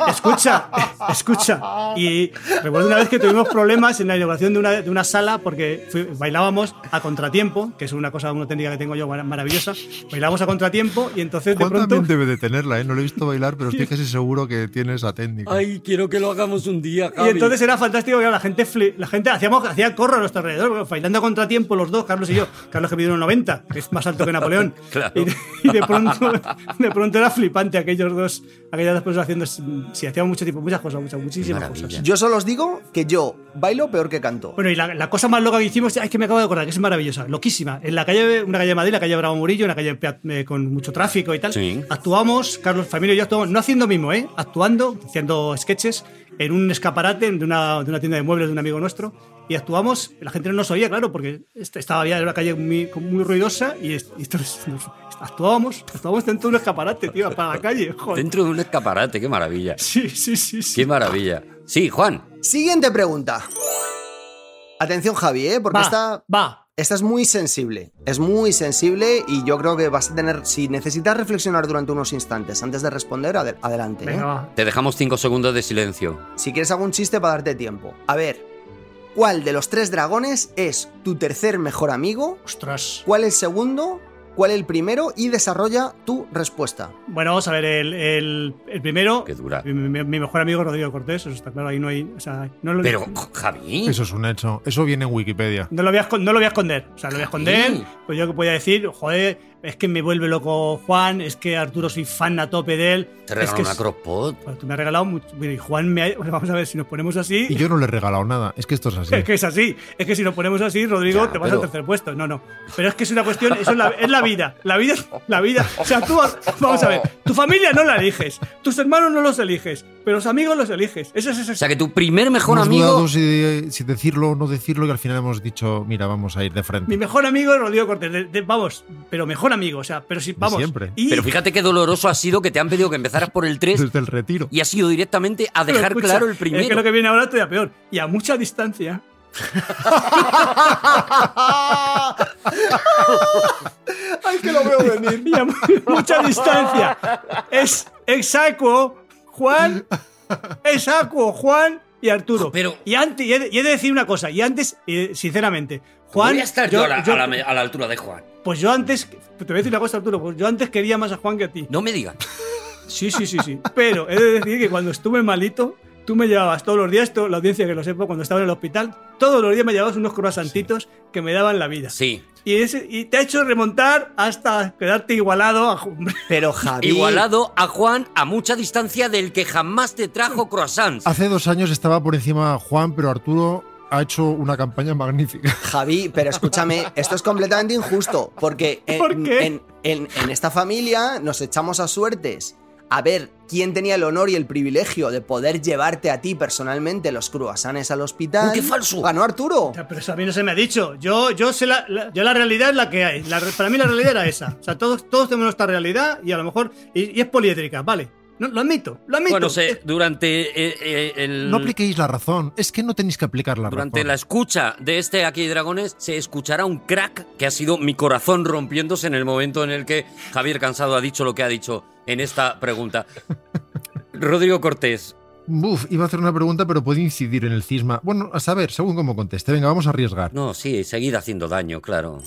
Speaker 3: escucha, escucha. Y recuerdo una vez que tuvimos problemas en la inauguración de una, de una sala porque fui- bailábamos a contratiempo, que es una cosa, una técnica que tengo yo mar- maravillosa. Bailábamos a contratiempo y entonces de
Speaker 4: Juan
Speaker 3: pronto.
Speaker 4: también debe de tenerla, ¿eh? No lo he visto bailar, pero estoy casi seguro que tiene esa técnica.
Speaker 5: Ay, quiero que lo hagamos un día,
Speaker 3: Y
Speaker 5: Javi.
Speaker 3: entonces era fantástico, claro, la gente, fli- la gente hacíamos, hacía corro a nuestro alrededor, bailando a contratiempo los dos, Carlos y yo. Carlos que mide 1,90, que es más alto que Napoleón.
Speaker 5: Claro.
Speaker 3: Y, de, y de pronto, de pronto era flipante aquellos dos, aquellas dos personas haciendo, sí, hacíamos mucho tipo, muchas cosas, muchas, muchísimas
Speaker 5: Qué maravilla.
Speaker 3: cosas.
Speaker 6: Yo solo os digo que yo bailo peor que canto.
Speaker 3: Bueno, y la, la cosa más loca que hicimos, ay, es que me acabo de acordar, que es maravillosa, loquísima. En la calle, una calle de Madrid, la calle Bravo Murillo, una calle pea- eh, con mucho tráfico y tal.
Speaker 5: Sí.
Speaker 3: Actuamos, Carlos Familia y yo actuamos, no haciendo mismo, ¿eh? Actuando, haciendo sketches en un escaparate de una, de una tienda de muebles de un amigo nuestro. Y actuamos, la gente no nos oía, claro, porque est- estaba ya en una calle muy, muy ruidosa y, est- y entonces nos- actuábamos, actuábamos dentro de un escaparate, tío, para la calle. joder.
Speaker 5: Dentro de un escaparate, qué maravilla.
Speaker 3: Sí, sí, sí, sí.
Speaker 5: Qué maravilla. Sí, Juan.
Speaker 6: Siguiente pregunta. Atención, Javi, ¿eh? porque
Speaker 3: va,
Speaker 6: esta,
Speaker 3: va.
Speaker 6: esta es muy sensible. Es muy sensible y yo creo que vas a tener. Si necesitas reflexionar durante unos instantes antes de responder, ade- adelante. ¿eh?
Speaker 3: Venga, va.
Speaker 5: Te dejamos cinco segundos de silencio.
Speaker 6: Si quieres algún chiste para darte tiempo. A ver, ¿cuál de los tres dragones es tu tercer mejor amigo?
Speaker 3: Ostras.
Speaker 6: ¿Cuál el segundo? ¿Cuál el primero? Y desarrolla tu respuesta.
Speaker 3: Bueno, vamos a ver, el, el- el primero.
Speaker 5: Qué dura.
Speaker 3: Mi, mi- mi mejor amigo Rodrigo Cortés, eso está claro, ahí no hay. O sea, no lo,
Speaker 5: Pero, Javi.
Speaker 4: Eso es un hecho. Eso viene en Wikipedia.
Speaker 3: no lo, voy a, escon- no lo voy a esconder. O sea, lo voy a esconder.
Speaker 5: ¿Ah, Sí.
Speaker 3: Pues yo que podía decir, joder, es que me vuelve loco Juan, es que Arturo soy fan a tope de él.
Speaker 5: Te
Speaker 3: es
Speaker 5: regalan
Speaker 3: que
Speaker 5: una
Speaker 3: es-
Speaker 5: crossbot.
Speaker 3: Bueno, tú me has regalado mucho. Bueno, y Juan me ha- Vamos a ver, si nos ponemos así.
Speaker 4: Y yo no le he regalado nada. Es que esto es así.
Speaker 3: Es que es así. Es que si nos ponemos así, Rodrigo,
Speaker 5: Ya,
Speaker 3: te vas
Speaker 5: pero-
Speaker 3: al tercer puesto. No, no. Pero es que es una cuestión, eso es la, es la vida. La vida es la vida. O sea, tú has- vamos a ver, tu familia no la eliges, tus hermanos no los eliges, pero los amigos los eliges. Eso es eso.
Speaker 5: O
Speaker 3: es-
Speaker 5: sea, que tu primer mejor
Speaker 4: hemos
Speaker 5: amigo.
Speaker 4: dudado si, si decirlo o no decirlo y al final hemos dicho, mira, vamos a ir de frente.
Speaker 3: Mi mejor amigo es Rodrigo Cortés. de- de- vamos, pero mejor amigo. O sea, pero si vamos.
Speaker 4: siempre.
Speaker 3: Y,
Speaker 5: Pero fíjate qué doloroso ha sido que te han pedido que empezaras por el 3
Speaker 4: Desde el retiro.
Speaker 5: y has ido directamente a
Speaker 3: pero
Speaker 5: dejar
Speaker 3: escucha,
Speaker 5: claro el
Speaker 3: Es que
Speaker 5: primero.
Speaker 3: lo que viene ahora todavía peor. Y a mucha distancia.
Speaker 6: ¡Ay, que lo veo venir!
Speaker 3: y a mu- mucha distancia. Es exacto Juan, exacto Juan y Arturo.
Speaker 5: Pero-
Speaker 3: y, antes, y, he de, y he de decir una cosa, y antes, eh, sinceramente, Juan.
Speaker 5: Voy a estar yo, a, la,
Speaker 3: yo-
Speaker 5: a la me- a la altura de Juan.
Speaker 3: Pues yo antes. Te voy a decir una cosa, Arturo. Pues yo antes quería más a Juan que a ti.
Speaker 5: No me digas.
Speaker 3: Sí, sí, sí, sí. Pero he de decir que cuando estuve malito. Tú me llevabas todos los días, esto, la audiencia que lo sepa, cuando estaba en el hospital, todos los días me llevabas unos croissantitos que me daban la vida.
Speaker 5: Sí.
Speaker 3: Y, ese- y te ha hecho remontar hasta quedarte igualado a, Ju-
Speaker 6: Pero Javi.
Speaker 5: Igualado a Juan a mucha distancia del que jamás te trajo croissants.
Speaker 4: Hace dos años estaba por encima Juan, pero Arturo ha hecho una campaña magnífica.
Speaker 6: Javi, pero escúchame, esto es completamente injusto, porque en,
Speaker 3: ¿Por qué?
Speaker 6: en- en- en esta familia nos echamos a suertes a ver quién tenía el honor y el privilegio de poder llevarte a ti personalmente los cruasanes al hospital.
Speaker 5: ¡Uh, qué falso!
Speaker 6: Ganó Arturo.
Speaker 3: O sea, pero eso a mí no se me ha dicho. Yo, yo sé la, la- yo la realidad es la que hay. La re- para mí la realidad era esa. O sea, todos, todos tenemos nuestra realidad y a lo mejor. Y, y es poliédrica, vale. No, lo admito, lo admito.
Speaker 5: Bueno, sé,
Speaker 3: Es-
Speaker 5: durante eh, eh, el.
Speaker 4: No apliquéis la razón. Es que no tenéis que aplicar la
Speaker 5: Durante la
Speaker 4: razón.
Speaker 5: escucha de este Aquí hay Dragones se escuchará un crack que ha sido mi corazón rompiéndose en el momento en el que Javier Cansado ha dicho lo que ha dicho en esta pregunta. Rodrigo Cortés,
Speaker 4: Buf, iba a hacer una pregunta, pero puede incidir en el cisma. Bueno, a saber, según cómo conteste. Venga, vamos a arriesgar.
Speaker 5: no, sí, seguid haciendo daño, claro.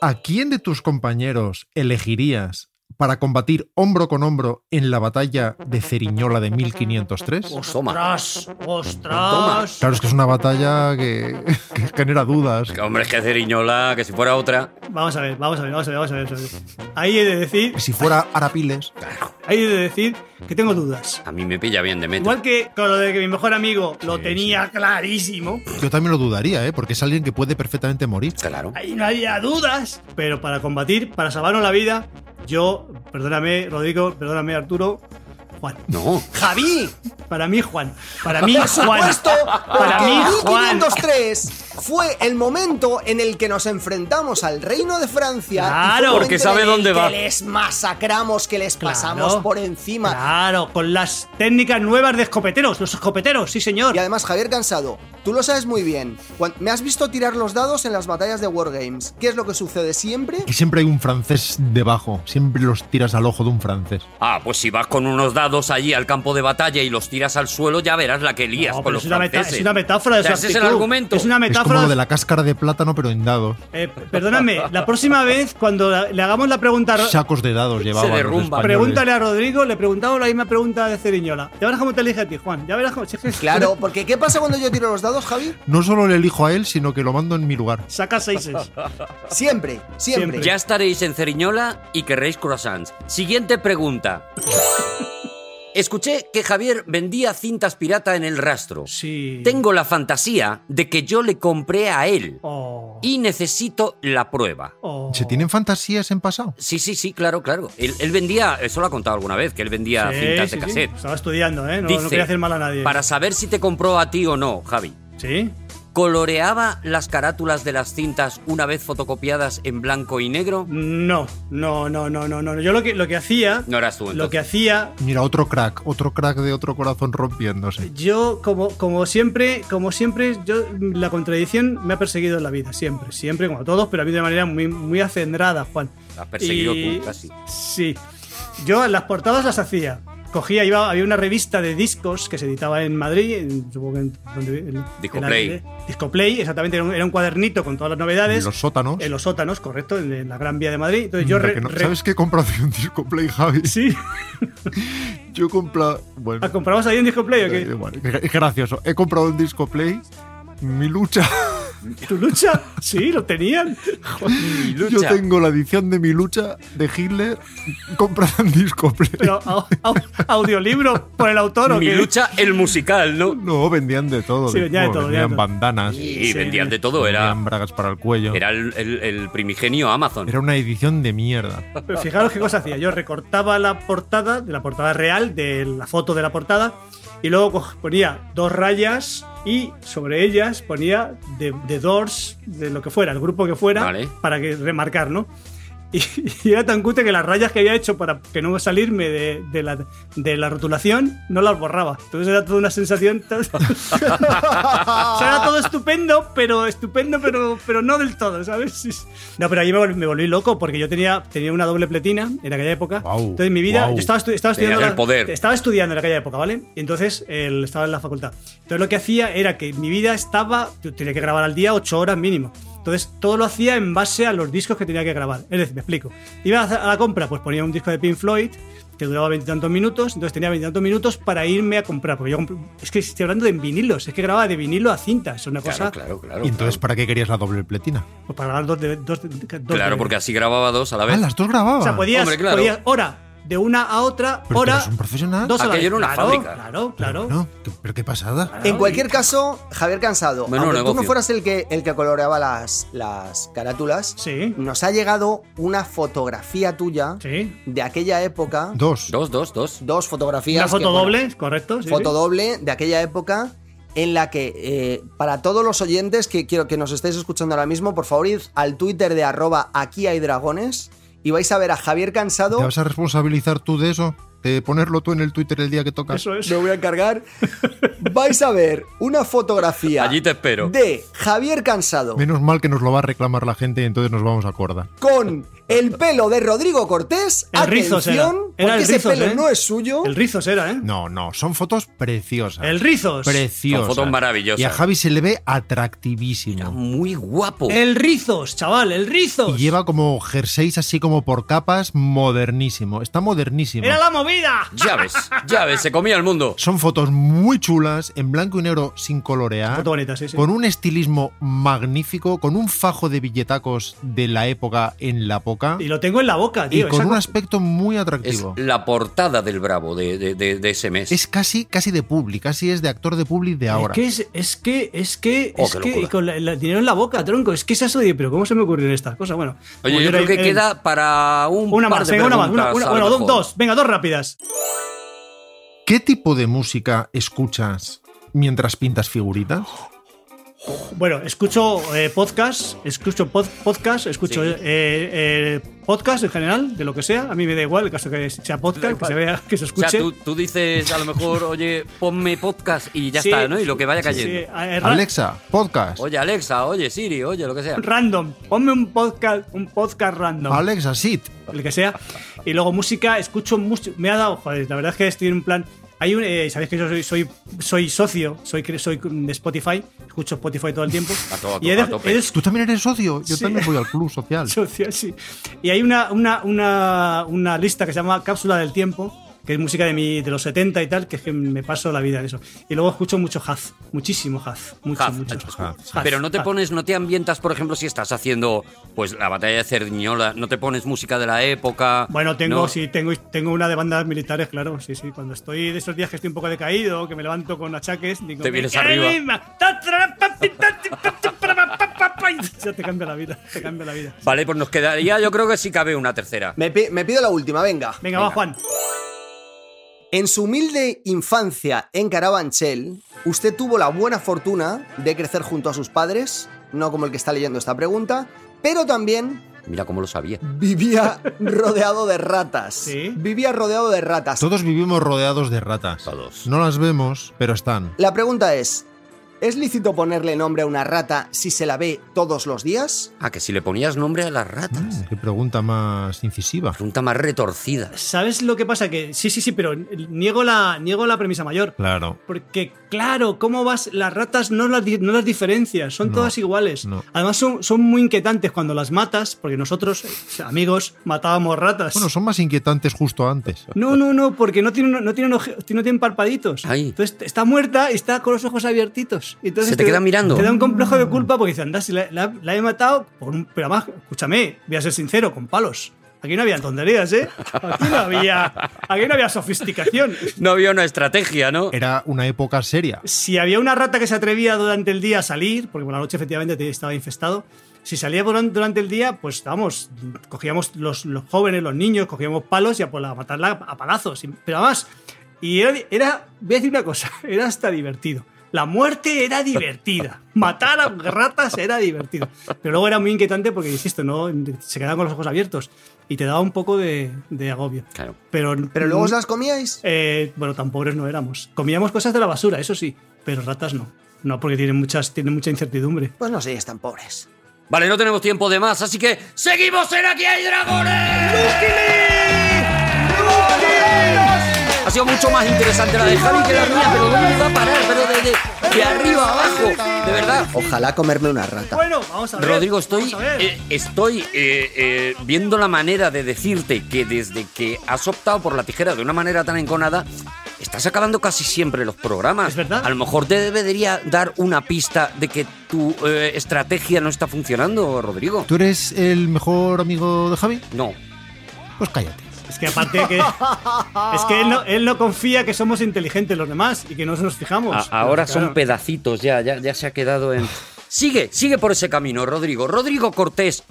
Speaker 4: ¿A quién de tus compañeros elegirías para combatir hombro con hombro en la batalla de Ceriñola de 1503?
Speaker 5: Os toma.
Speaker 3: Ostras, ostras.
Speaker 4: Claro, es que es una batalla que, que genera dudas.
Speaker 5: Que, Hombre, es que Ceriñola, que si fuera otra.
Speaker 3: Vamos a ver, vamos a ver, vamos a ver, vamos a ver. vamos a ver. Ahí he de decir,
Speaker 4: Que Si fuera Arapiles,
Speaker 3: ahí he de decir que tengo dudas.
Speaker 5: A mí me pilla bien de meta.
Speaker 3: Igual que con lo de que mi mejor amigo lo tenía clarísimo,
Speaker 4: yo también lo dudaría, ¿eh? porque es alguien que puede perfectamente morir.
Speaker 5: Claro.
Speaker 3: ahí no había dudas. Pero para combatir, para salvarnos la vida, yo, perdóname, Rodrigo, perdóname, Arturo, Juan.
Speaker 5: No.
Speaker 6: ¡Javi!
Speaker 3: Para mí, Juan. Para mí,
Speaker 6: Por
Speaker 3: Juan.
Speaker 6: supuesto,
Speaker 3: Para
Speaker 6: porque
Speaker 3: mí, Juan.
Speaker 6: 1503 fue el momento en el que nos enfrentamos al reino de Francia. y
Speaker 3: Claro.
Speaker 6: fue el
Speaker 5: Porque
Speaker 6: momento
Speaker 5: sabe
Speaker 6: en el
Speaker 5: dónde
Speaker 6: que
Speaker 5: va.
Speaker 6: les masacramos, que les
Speaker 3: Claro.
Speaker 6: pasamos por encima.
Speaker 3: Claro, con las técnicas nuevas de escopeteros. Los escopeteros, sí, señor.
Speaker 6: Y además, Javier Cansado, tú lo sabes muy bien. Cuan- me has visto tirar los dados en las batallas de Wargames. ¿Qué es lo que sucede siempre?
Speaker 4: Que siempre hay un francés debajo, siempre los tiras al ojo de un francés.
Speaker 5: Ah, pues si vas con unos dados allí al campo de batalla y los tiras al suelo, ya verás la que lías
Speaker 3: No,
Speaker 5: con
Speaker 3: pero
Speaker 5: los
Speaker 3: es, una meta-
Speaker 5: franceses.
Speaker 3: es una metáfora de
Speaker 5: O sea,
Speaker 3: su
Speaker 5: ese es el
Speaker 3: actitud.
Speaker 5: argumento.
Speaker 3: Es una
Speaker 4: Es como
Speaker 3: metáfora.
Speaker 4: lo de la cáscara de plátano, pero en dados.
Speaker 3: Eh, perdóname, la próxima vez, cuando la- le hagamos la pregunta. a Ro-
Speaker 4: Sacos de dados llevaban. los
Speaker 5: derrumba.
Speaker 4: españoles.
Speaker 3: Pregúntale a Rodrigo, le preguntamos la misma pregunta de Ceriñola. Ya verás cómo te elige a ti, Juan. Ya verás cómo. si es que-
Speaker 6: Claro, porque ¿qué pasa cuando yo tiro los dados, Javi?
Speaker 4: No solo le elijo a él, sino que lo mando en mi lugar.
Speaker 3: Saca seises.
Speaker 6: Siempre, siempre.
Speaker 3: Siempre.
Speaker 5: Ya estaréis en Ceriñola y querréis croissants. Siguiente pregunta. Escuché que Javier vendía cintas pirata en el rastro.
Speaker 3: Sí.
Speaker 5: Tengo la fantasía de que yo le compré a él
Speaker 3: Oh,
Speaker 5: y necesito la prueba.
Speaker 3: oh.
Speaker 4: ¿Se tienen fantasías en pasado?
Speaker 5: Sí, sí, sí, claro, claro. Él, él vendía, eso lo ha contado alguna vez, que él vendía
Speaker 3: Sí,
Speaker 5: cintas
Speaker 3: sí,
Speaker 5: de
Speaker 3: sí.
Speaker 5: cassette.
Speaker 3: Estaba estudiando, ¿eh? No, no
Speaker 5: Dice,
Speaker 3: quería hacer mal a nadie.
Speaker 5: Para saber si te compró a ti o no, Javi.
Speaker 3: Sí.
Speaker 5: ¿Coloreaba las carátulas de las cintas una vez fotocopiadas en blanco y negro?
Speaker 3: No, no, no, no, no, no. Yo lo que, lo que hacía.
Speaker 5: No eras tú,
Speaker 3: lo
Speaker 5: entonces.
Speaker 3: que hacía
Speaker 4: Mira, otro crack, otro crack de otro corazón rompiéndose.
Speaker 3: Yo, como, como siempre, como siempre, yo la contradicción me ha perseguido en la vida, siempre, siempre, como a todos, pero a mí de manera muy, muy acendrada, Juan.
Speaker 5: La has perseguido
Speaker 3: Y-
Speaker 5: tú, casi.
Speaker 3: Sí. Yo las portadas las hacía. Cogía, iba, había una revista de discos que se editaba en Madrid, en, supongo que en, donde- en-
Speaker 5: Discoplay.
Speaker 3: en la- Discoplay, exactamente, era un, era un cuadernito con todas las novedades.
Speaker 4: En los sótanos.
Speaker 3: en los sótanos, correcto, en, en la Gran Vía de Madrid. Entonces yo
Speaker 4: Mira
Speaker 3: re-
Speaker 4: que no-
Speaker 3: re-
Speaker 4: ¿Sabes qué compras un disco Play, Javi?
Speaker 3: Sí, Ah,
Speaker 4: Yo he comprado. Bueno, eh,
Speaker 3: ¿la compramos ahí en Discoplay o
Speaker 4: da
Speaker 3: qué?
Speaker 4: igual, es gracioso. He comprado un disco Play, mi lucha
Speaker 3: ¿Tu lucha? Sí, lo tenían.
Speaker 4: Yo tengo la edición de mi lucha de Hitler comprada en disco.
Speaker 3: Pero au- au- audiolibro por el autor o
Speaker 5: Mi
Speaker 3: qué?
Speaker 5: lucha, el musical, ¿no?
Speaker 4: No, vendían de todo.
Speaker 3: Sí, vendían de todo, vendían
Speaker 4: Vendían
Speaker 3: de todo.
Speaker 4: bandanas,
Speaker 5: Y vendían de todo, era,
Speaker 4: vendían bragas para el cuello.
Speaker 5: era el, el- el primigenio Amazon.
Speaker 4: Era una edición de mierda.
Speaker 3: Pero fijaros qué cosa hacía. Yo recortaba la portada, de la portada real, de la foto de la portada, y luego co- ponía dos rayas y sobre ellas ponía de, Doors, de lo que fuera, el grupo que fuera,
Speaker 5: Vale.
Speaker 3: para que remarcar, ¿no? Y, y era tan cute que las rayas que había hecho para que no salirme de, de la, de la rotulación no las borraba. Entonces era toda una sensación. tan- o sea, era todo estupendo, pero estupendo, pero, pero no del todo, ¿sabes? No, pero allí me vol- me volví, loco porque yo tenía, tenía una doble pletina en aquella época.
Speaker 4: Guau,
Speaker 3: entonces mi vida,
Speaker 4: guau.
Speaker 3: yo estaba, estu- estaba
Speaker 5: Tenías
Speaker 3: estudiando.
Speaker 5: el poder.
Speaker 3: Estaba estudiando en aquella época, ¿vale? Y entonces el- estaba en la facultad. Entonces lo que hacía era que mi vida estaba. Yo tenía que grabar al día 8 horas mínimo. Entonces todo lo hacía en base a los discos que tenía que grabar. Es decir, me explico. Iba a hacer- a la compra, pues ponía un disco de Pink Floyd que duraba veintitantos minutos, entonces tenía veintitantos minutos para irme a comprar. Porque yo comp- es que estoy hablando de vinilos, es que grababa de vinilo a cinta, es una cosa.
Speaker 5: Claro, claro, claro.
Speaker 4: ¿Y entonces para qué querías la doble pletina?
Speaker 3: Pues para grabar dos de. Dos de- dos
Speaker 5: Claro,
Speaker 3: de-
Speaker 5: porque así grababa dos a la
Speaker 4: Ah,
Speaker 5: vez.
Speaker 4: las dos grababan.
Speaker 3: O sea, podías,
Speaker 5: Hombre, claro.
Speaker 3: podías hora de una a otra,
Speaker 4: Pero tú
Speaker 3: hora.
Speaker 4: eres un profesional.
Speaker 3: Dos a la
Speaker 5: Aquello
Speaker 3: vez.
Speaker 5: era una
Speaker 3: Claro,
Speaker 5: fábrica.
Speaker 3: Claro,
Speaker 4: Pero
Speaker 3: claro.
Speaker 4: bueno, qué- pero qué pasada.
Speaker 6: En cualquier caso, Javier Cansado,
Speaker 5: Menudo
Speaker 6: aunque tú no
Speaker 5: negocio.
Speaker 6: fueras el que, el que coloreaba las, las carátulas,
Speaker 3: Sí.
Speaker 6: nos ha llegado una fotografía tuya
Speaker 3: Sí.
Speaker 6: de aquella época.
Speaker 4: Dos.
Speaker 5: Dos, dos, dos.
Speaker 6: Dos fotografías.
Speaker 3: Una
Speaker 6: que,
Speaker 3: foto
Speaker 6: bueno,
Speaker 3: doble, correcto. sí,
Speaker 6: foto
Speaker 3: sí.
Speaker 6: doble de aquella época en la que, eh, para todos los oyentes que quiero que nos estéis escuchando ahora mismo, por favor, id al Twitter de arroba aquí hay dragones y vais a ver a Javier Cansado.
Speaker 4: ¿Te vas a responsabilizar tú de eso? ¿De ponerlo tú en el Twitter el día que toca?
Speaker 3: Eso es.
Speaker 6: Me voy a encargar. vais a ver una fotografía
Speaker 5: Allí te espero.
Speaker 6: de Javier Cansado
Speaker 4: Menos mal que nos lo va a reclamar la gente y entonces nos vamos a acordar.
Speaker 6: con el pelo de Rodrigo Cortés.
Speaker 3: El Rizos era.
Speaker 6: Atención,
Speaker 3: Era
Speaker 6: porque
Speaker 3: el
Speaker 6: ese
Speaker 3: Rizos,
Speaker 6: pelo
Speaker 3: ¿eh?
Speaker 6: no es suyo.
Speaker 3: El Rizos era, ¿eh?
Speaker 4: No, no, son fotos preciosas.
Speaker 3: El Rizos.
Speaker 4: Preciosas.
Speaker 5: Son fotos maravillosas.
Speaker 4: Y a Javi se le ve atractivísimo.
Speaker 5: Muy guapo.
Speaker 3: El Rizos, chaval, el Rizos.
Speaker 4: Y lleva como jerseys así como por capas, modernísimo. Está modernísimo.
Speaker 3: Era la movida.
Speaker 5: Ya ves, ya ves, se comía el mundo.
Speaker 4: Son fotos muy chulas, en blanco y negro sin colorear.
Speaker 3: Foto bonita, sí, sí.
Speaker 4: Ah, Con un estilismo magnífico, con un fajo de billetacos de la época en la poca.
Speaker 3: Y lo tengo en la boca,
Speaker 4: Y
Speaker 3: tío.
Speaker 4: con
Speaker 3: esa
Speaker 4: un
Speaker 3: co-
Speaker 4: aspecto muy
Speaker 5: Es
Speaker 4: atractivo.
Speaker 5: la portada del Bravo de, de- de- de ese mes.
Speaker 4: Es casi, casi de publi, casi es de actor de publi de ahora.
Speaker 3: Es que, es, es que, es que,
Speaker 5: Oh,
Speaker 3: es
Speaker 5: qué
Speaker 3: que, y
Speaker 5: locura.
Speaker 3: con la- el dinero en la boca, tronco. Es que es eso de, pero ¿cómo se me ocurrieron estas cosas? Bueno, como
Speaker 5: Oye, yo
Speaker 3: era
Speaker 5: creo que
Speaker 3: el-
Speaker 5: queda para un
Speaker 3: Eh, Una
Speaker 5: par
Speaker 3: más,
Speaker 5: de
Speaker 3: venga, una más. Una,
Speaker 5: preguntas,
Speaker 3: una-
Speaker 5: a
Speaker 3: bueno,
Speaker 5: lo
Speaker 3: dos,
Speaker 5: mejor.
Speaker 3: dos, venga, dos rápidas.
Speaker 4: ¿Qué tipo de música escuchas mientras pintas figuritas?
Speaker 3: Bueno, escucho eh, podcast, escucho pod- podcast, escucho
Speaker 5: Sí.
Speaker 3: eh, eh, podcast en general, de lo que sea. A mí me da igual, el caso que sea podcast, que se vea, que se
Speaker 5: O sea,
Speaker 3: escuche.
Speaker 5: tú, tú dices a lo mejor, oye, ponme podcast y ya
Speaker 3: Sí,
Speaker 5: está, ¿no? Y lo que vaya
Speaker 3: sí, sí,
Speaker 5: cayendo.
Speaker 3: eh, ra-
Speaker 4: Alexa, podcast.
Speaker 5: Oye, Alexa, oye, Siri, oye, lo que sea.
Speaker 3: Random, ponme un podcast, un podcast random,
Speaker 4: Alexa, sit.
Speaker 3: el que sea. Y luego música, escucho mucho. Me ha dado, joder, la verdad es que estoy en un plan. Hay un, eh, sabéis que yo soy, soy, soy socio, soy, cre- soy de Spotify, escucho Spotify todo el tiempo.
Speaker 5: A to- a to-
Speaker 3: y he
Speaker 5: a
Speaker 3: dej-
Speaker 5: tope.
Speaker 3: he des-
Speaker 4: ¿Tú también eres socio? Yo
Speaker 3: Sí.
Speaker 4: también voy al club social.
Speaker 3: social, sí. Y hay una, una, una, una lista que se llama Cápsula del Tiempo, que es música de, mi, de los 70 y tal, que es que me paso la vida en eso. Y luego escucho mucho jazz, muchísimo jazz, mucho,
Speaker 5: Haz,
Speaker 3: mucho.
Speaker 5: haz,
Speaker 3: jazz,
Speaker 5: Pero no te
Speaker 3: jazz.
Speaker 5: pones, no te ambientas, por ejemplo, si estás haciendo pues la batalla de Cerdiñola, no te pones música de la época.
Speaker 3: Bueno, tengo,
Speaker 5: ¿no?
Speaker 3: sí, tengo, tengo una de bandas militares, claro, sí, sí. Cuando estoy de esos días que estoy un poco decaído, que me levanto con achaques, digo,
Speaker 5: Te vienes
Speaker 3: "Me cae
Speaker 5: arriba".
Speaker 3: misma. Ta, tra, pa, pi, ta, ti, pa, ti, pa, pa, pa, pa, pa. Ya te cambia la vida, te cambia la vida.
Speaker 5: Vale, pues nos quedaría, yo creo que sí cabe una tercera.
Speaker 6: Me, pi- me pido la última, venga.
Speaker 3: Venga, va,
Speaker 5: Venga.
Speaker 3: Juan.
Speaker 6: En su humilde infancia en Carabanchel, usted tuvo la buena fortuna de crecer junto a sus padres, no como el que está leyendo esta pregunta, pero también
Speaker 5: Mira cómo lo sabía.
Speaker 6: vivía rodeado de ratas.
Speaker 3: Sí.
Speaker 6: Vivía rodeado de ratas.
Speaker 4: Todos vivimos rodeados de ratas.
Speaker 5: Todos.
Speaker 4: No las vemos, pero están.
Speaker 6: La pregunta es, ¿es lícito ponerle nombre a una rata si se la ve todos los días?
Speaker 5: Ah, que si le ponías nombre a las ratas.
Speaker 4: Mm, Qué pregunta más incisiva.
Speaker 5: Pregunta más retorcida.
Speaker 3: ¿Sabes lo que pasa? Que sí, sí, sí, pero niego la, niego la premisa mayor.
Speaker 4: Claro.
Speaker 3: Porque, claro, ¿cómo vas? Las ratas no las, di- no las diferencias, son
Speaker 4: No,
Speaker 3: todas iguales.
Speaker 4: no.
Speaker 3: Además, son, son muy inquietantes cuando las matas, porque nosotros, eh, amigos, matábamos ratas.
Speaker 4: Bueno, son más inquietantes justo antes.
Speaker 3: No, no, no, porque no tienen, no tienen, oje- no tienen parpaditos.
Speaker 5: Ay.
Speaker 3: Entonces está muerta y está con los ojos abiertitos. Entonces
Speaker 5: Se te queda mirando.
Speaker 3: Te da un complejo de culpa porque dices, anda, si la, la- la he matado, por un- pero además, escúchame, voy a ser sincero, con palos. Aquí no había tonterías, ¿eh? Aquí no había, aquí no había sofisticación.
Speaker 5: No había una estrategia, ¿no?
Speaker 4: Era una época seria.
Speaker 3: Si había una rata que se atrevía durante el día a salir, porque por la noche efectivamente te- estaba infestado, si salía duran- durante el día, pues vamos, cogíamos los, los jóvenes, los niños, cogíamos palos y a, por la- a matarla a palazos. Y- Pero además, y era, era, voy a decir una cosa, era hasta divertido. La muerte era divertida. Matar a ratas era divertido. Pero luego era muy inquietante porque, insisto, ¿no? se quedaban con los ojos abiertos y te daba un poco de, de agobio.
Speaker 5: Claro.
Speaker 3: Pero,
Speaker 6: Pero luego os las comíais.
Speaker 3: eh, bueno, tan pobres no éramos. Comíamos cosas de la basura, eso sí, pero ratas no. No, porque tienen, muchas, tienen mucha incertidumbre.
Speaker 6: Pues no seáis tan pobres.
Speaker 5: Vale, no tenemos tiempo de más, así que seguimos en Aquí hay dragones. Ha sido mucho más interesante la de Javi que la mía, pero ¿dónde iba a parar? Pero de, de- de arriba a abajo, de verdad.
Speaker 6: Ojalá comerme una rata.
Speaker 3: Bueno, vamos a ver.
Speaker 5: Rodrigo, estoy,
Speaker 3: vamos a ver.
Speaker 5: eh, estoy eh, eh, viendo la manera de decirte que desde que has optado por la tijera de una manera tan enconada, estás acabando casi siempre los programas.
Speaker 3: Es verdad.
Speaker 5: A lo mejor te debería dar una pista de que tu eh, estrategia no está funcionando, Rodrigo.
Speaker 4: ¿Tú eres el mejor amigo de Javi?
Speaker 5: No.
Speaker 4: Pues cállate.
Speaker 3: Es que aparte que. Es que él no, él no confía que somos inteligentes los demás y que no nos fijamos.
Speaker 5: A- ahora
Speaker 3: Claro.
Speaker 5: son pedacitos, ya, ya, ya se ha quedado en. Sigue, sigue por ese camino, Rodrigo. Rodrigo Cortés,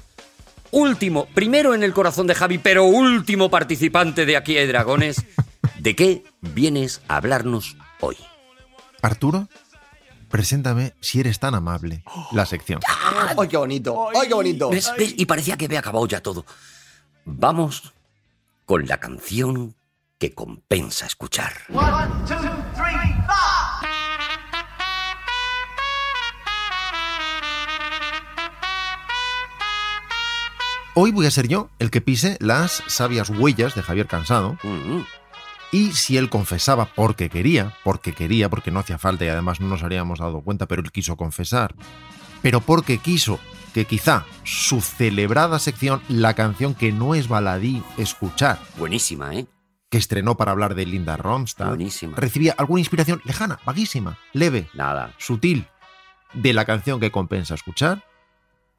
Speaker 5: último, primero en el corazón de Javi, pero último participante de Aquí hay Dragones. ¿De qué vienes a hablarnos hoy?
Speaker 4: Arturo, preséntame si eres tan amable la sección.
Speaker 6: ¡Ay, qué bonito! ¡Ay, qué bonito!
Speaker 5: ¿Ves? ¿Ves? Y parecía que había acabado ya todo. Vamos con la canción que compensa escuchar.
Speaker 4: Hoy voy a ser yo el que pise las sabias huellas de Javier Cansado
Speaker 5: Mm,
Speaker 4: y si él confesaba porque quería, porque quería, porque no hacía falta y además no nos habríamos dado cuenta, pero él quiso confesar, pero porque quiso que quizá su celebrada sección, la canción que no es baladí escuchar,
Speaker 5: buenísima, ¿eh?
Speaker 4: que estrenó para hablar de Linda
Speaker 3: Ah.
Speaker 4: Ronstadt,
Speaker 5: Buenísima.
Speaker 4: recibía alguna inspiración lejana, vaguísima, leve,
Speaker 5: Nada.
Speaker 4: sutil de la canción que compensa escuchar,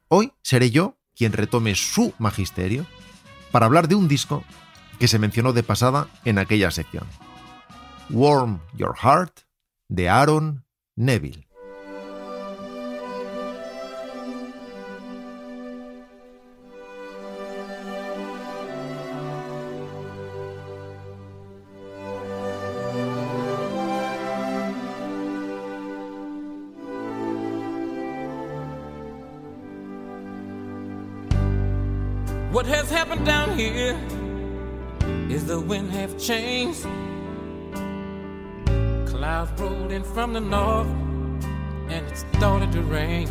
Speaker 4: hoy seré yo quien retome su magisterio para hablar de un disco que se mencionó de pasada en aquella sección. Warm Your Heart de Aaron Neville.
Speaker 7: What has happened down here is the wind have changed. Clouds rolled in from the north and it started to rain.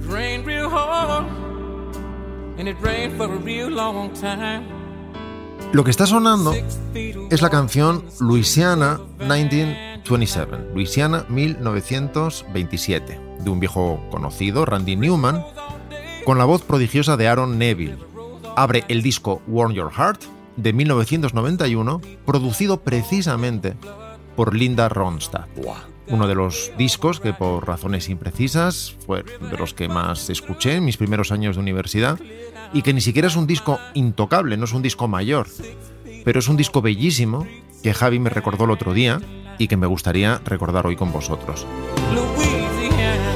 Speaker 7: It rained real hard and it rained for a real long time.
Speaker 4: Lo que está sonando
Speaker 7: Six feet of
Speaker 4: es la
Speaker 7: water
Speaker 4: canción
Speaker 7: in the
Speaker 4: Louisiana
Speaker 7: streets of
Speaker 4: 1927, Louisiana 1927, de un viejo conocido, Randy Newman, con la voz prodigiosa de Aaron Neville. Abre el disco Warm Your Heart de 1991, producido precisamente por Linda Ronstadt.
Speaker 5: Buah.
Speaker 4: Uno de los discos que por razones imprecisas fue de los que más escuché en mis primeros años de universidad y que ni siquiera es un disco intocable, no es un disco mayor, pero es un disco bellísimo que Javi me recordó el otro día y que me gustaría recordar hoy con vosotros.
Speaker 7: Louisiana,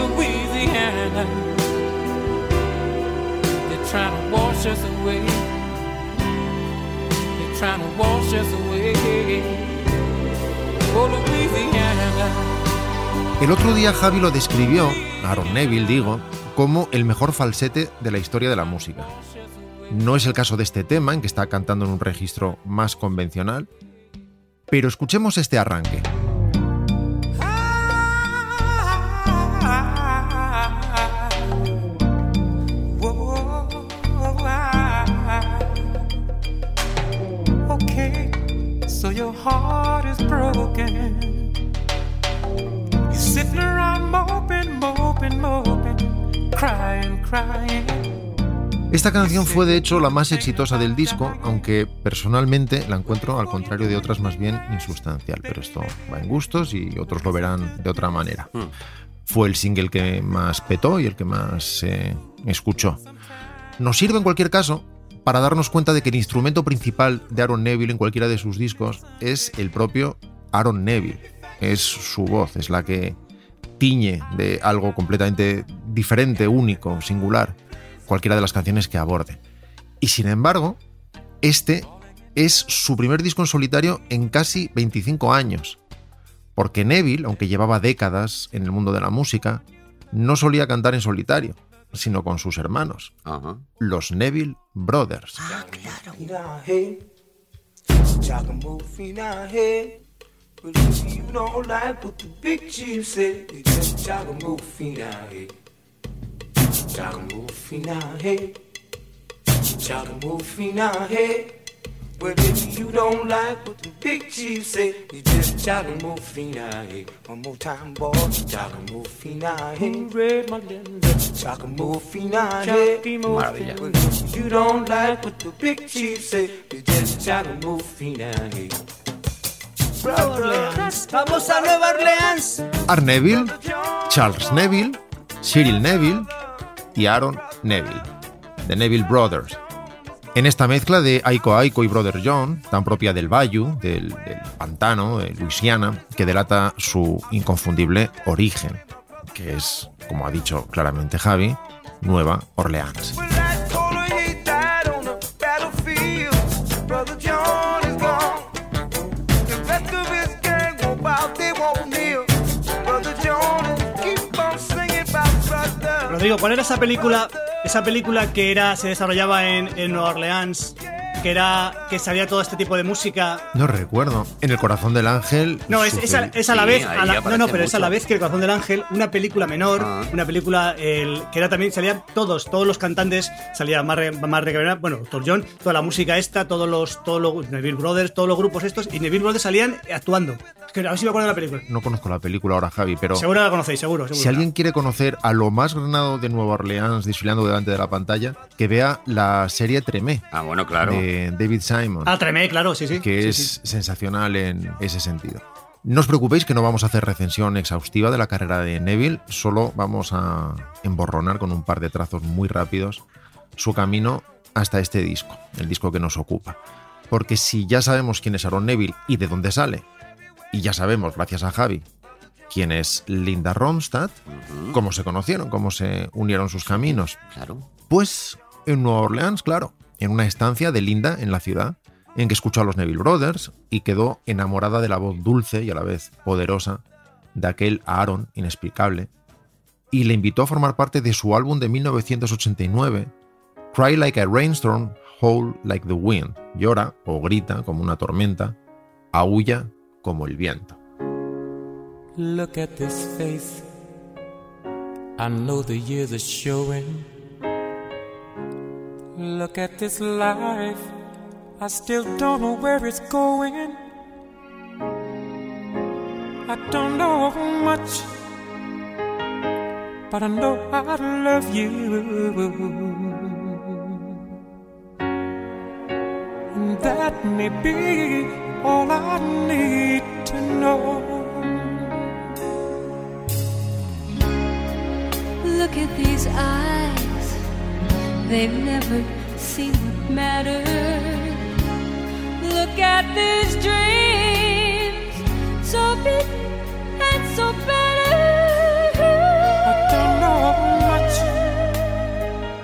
Speaker 7: Louisiana, they're trying to wash us away. They're trying to wash us away. Oh, Louisiana,
Speaker 4: El otro día Javi lo describió, Aaron Neville digo, como el mejor falsete de la historia de la música. No es el caso de este tema, en que está cantando en un registro más convencional, pero escuchemos este arranque.
Speaker 7: ah, whoa, ah. okay. So your heart is broken. You're sitting around moping, moping, moping, crying, crying.
Speaker 4: Esta canción fue de hecho la más exitosa del disco, aunque personalmente la encuentro al contrario de otras más bien insustancial, pero esto va en gustos y otros lo verán de otra manera. Fue el single que más petó y el que más se escuchó. Nos sirve en cualquier caso para darnos cuenta de que el instrumento principal de Aaron Neville en cualquiera de sus discos es el propio Aaron Neville. Es su voz, es la que tiñe de algo completamente diferente, único, singular, cualquiera de las canciones que aborde. Y sin embargo, este es su primer disco en solitario en casi 25 años, porque Neville, aunque llevaba décadas en el mundo de la música, no solía cantar en solitario, sino con sus hermanos,
Speaker 5: Ajá.
Speaker 4: los Neville Brothers.
Speaker 8: down here. Y'all can move me down here. But if you don't like what the big chief said, you just y'all can move me down here. Y'all can move me down here. Y'all can move me down here. But if you don't like what the big chief said, you just y'all can move me down here. One more time, boy. Y'all can move me down here. Y'all can move me down here.
Speaker 5: Maravilla.
Speaker 8: But if you don't like what the big chief say, you just try to move me down here. Vamos a Nueva Orleans.
Speaker 4: Art Neville, Charles Neville, Cyril Neville y Aaron Neville, The Neville Brothers. En esta mezcla de Aiko Aiko y Brother John, tan propia del Bayou, del, del pantano, de Luisiana, que delata su inconfundible origen, que es, como ha dicho claramente Javi, Nueva Orleans.
Speaker 8: Well, that Polo, he died on the battlefield. Brother John is gone. The rest of his gang won't bow, they won't kneel. Brother John, keep on singing about brother.
Speaker 3: Rodrigo, ¿cuál era esa película? Esa película que era, se desarrollaba en, en Nueva Orleans, que era. que salía todo este tipo de música.
Speaker 4: No recuerdo. En el corazón del ángel.
Speaker 3: No, es,
Speaker 4: sucede-
Speaker 3: es, a, es a la
Speaker 5: Pues Sí,
Speaker 3: vez.
Speaker 5: ahí
Speaker 3: a la- no, no,
Speaker 5: aparece
Speaker 3: pero es a la
Speaker 5: mucho.
Speaker 3: vez que el corazón del ángel, una película menor,
Speaker 5: Ah.
Speaker 3: una película el, que era también, salían todos, todos los cantantes, salía más bueno, Dr. John, toda la música esta, todos los, todos los Neville Brothers, todos los grupos estos, y Neville Brothers salían actuando. Es que a ver si me acuerdo de la película.
Speaker 4: No conozco la película ahora, Javi, pero...
Speaker 3: Seguro la conocéis, seguro, seguro.
Speaker 4: Si alguien quiere conocer a lo más granado de Nueva Orleans desfilando delante de la pantalla, que vea la serie Tremé
Speaker 5: Ah, bueno, claro.
Speaker 4: de David Simon,
Speaker 3: Ah, Tremé, claro, sí, sí.
Speaker 4: que
Speaker 3: sí,
Speaker 4: es
Speaker 3: sí.
Speaker 4: sensacional en ese sentido. No os preocupéis que no vamos a hacer recensión exhaustiva de la carrera de Neville, solo vamos a emborronar con un par de trazos muy rápidos su camino hasta este disco, el disco que nos ocupa. Porque si ya sabemos quién es Aaron Neville y de dónde sale, y ya sabemos, gracias a Javi, quién es Linda Ronstadt, cómo se conocieron, cómo se unieron sus caminos,
Speaker 5: Claro.
Speaker 4: pues en Nueva Orleans, claro, en una estancia de Linda en la ciudad, en que escuchó a los Neville Brothers y quedó enamorada de la voz dulce y a la vez poderosa de aquel Aaron inexplicable, y le invitó a formar parte de su álbum de 1989, Cry Like a Rainstorm, Howl Like the Wind, llora o grita como una tormenta, aúlla como el viento.
Speaker 7: Look at this face. I know the years are showing. Look at this life. I still don't know where it's going. I don't know much, but I know I love you. And that may be all I need to know.
Speaker 9: Look at these eyes, they've never seen what matters. Look at these dreams, so big and so
Speaker 7: I
Speaker 9: better.
Speaker 7: don't know much,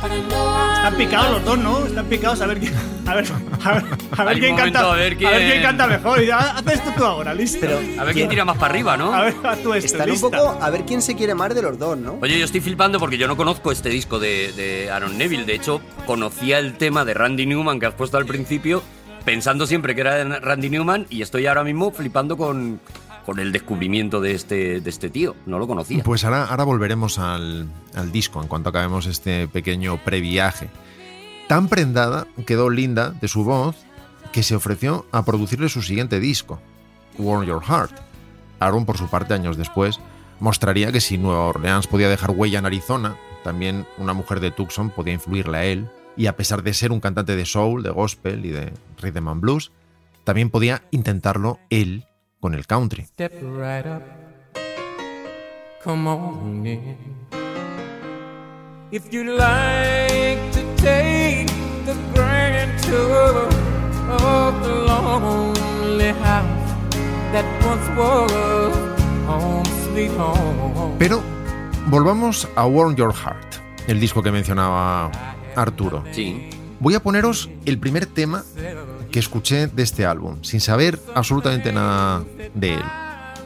Speaker 7: but I know I
Speaker 3: Están picados los dos, ¿no? Están picados a ver quién. A ver, a ver, a ver
Speaker 5: Hay
Speaker 3: quién
Speaker 5: un
Speaker 3: canta.
Speaker 5: momento, a ver quién-
Speaker 3: canta mejor. Y, ah, Haz esto tú ahora, listo.
Speaker 5: A ver quién tira más para arriba, ¿no?
Speaker 3: A ver, haz tú esto.
Speaker 6: Están un
Speaker 3: lista.
Speaker 6: poco a ver quién se quiere más de los dos, ¿no?
Speaker 5: Oye, yo estoy flipando porque yo no conozco este disco de, de Aaron Neville. De hecho, conocía el tema de Randy Newman que has puesto al principio, pensando siempre que era de Randy Newman, y estoy ahora mismo flipando con, con el descubrimiento de este, de este tío. No lo conocía.
Speaker 4: Pues ahora, ahora volveremos al, al disco en cuanto acabemos este pequeño previaje. Tan prendada quedó Linda de su voz que se ofreció a producirle su siguiente disco, Warm Your Heart. Aaron, por su parte, años después, mostraría que si Nueva Orleans podía dejar huella en Arizona, también una mujer de Tucson podía influirle a él, y a pesar de ser un cantante de soul, de gospel y de rhythm and blues, también podía intentarlo él con el country.
Speaker 7: Step right up. Come on in. If you like to take the grand tour of the lonely house that once was home sweet home.
Speaker 4: Pero volvamos a Warm Your Heart, el disco que mencionaba Arturo.
Speaker 5: Sí.
Speaker 4: Voy a poneros el primer tema que escuché de este álbum, sin saber absolutamente nada de él.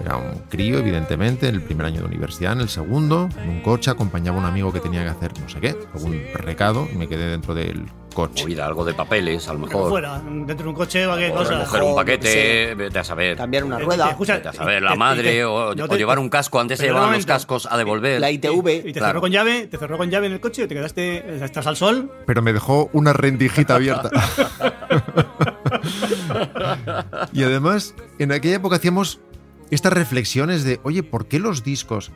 Speaker 4: Era un crío, evidentemente, en el primer año de universidad, en el segundo, en un coche, acompañaba a un amigo que tenía que hacer no sé qué, algún recado, y me quedé dentro del coche.
Speaker 5: Oír algo de papeles, a lo mejor.
Speaker 3: Fuera, dentro de un coche o cualquier
Speaker 5: O
Speaker 3: cosa.
Speaker 5: recoger un paquete, vete a saber.
Speaker 6: Cambiar una
Speaker 3: Eh,
Speaker 6: rueda.
Speaker 3: escucha,
Speaker 5: Vete a saber,
Speaker 3: te-
Speaker 5: la
Speaker 3: te-
Speaker 5: madre, o,
Speaker 3: no
Speaker 5: o
Speaker 3: te-
Speaker 5: llevar un casco. Antes se
Speaker 3: pero
Speaker 5: llevaban
Speaker 3: un
Speaker 5: los
Speaker 3: momento.
Speaker 5: cascos a devolver.
Speaker 6: La
Speaker 3: Y
Speaker 6: ITV.
Speaker 3: te
Speaker 5: Claro.
Speaker 3: cerró con llave, te cerró con llave en el coche y te quedaste estás al sol.
Speaker 4: Pero me dejó una rendijita abierta. y además, en aquella época hacíamos estas reflexiones de, oye, ¿por qué los discos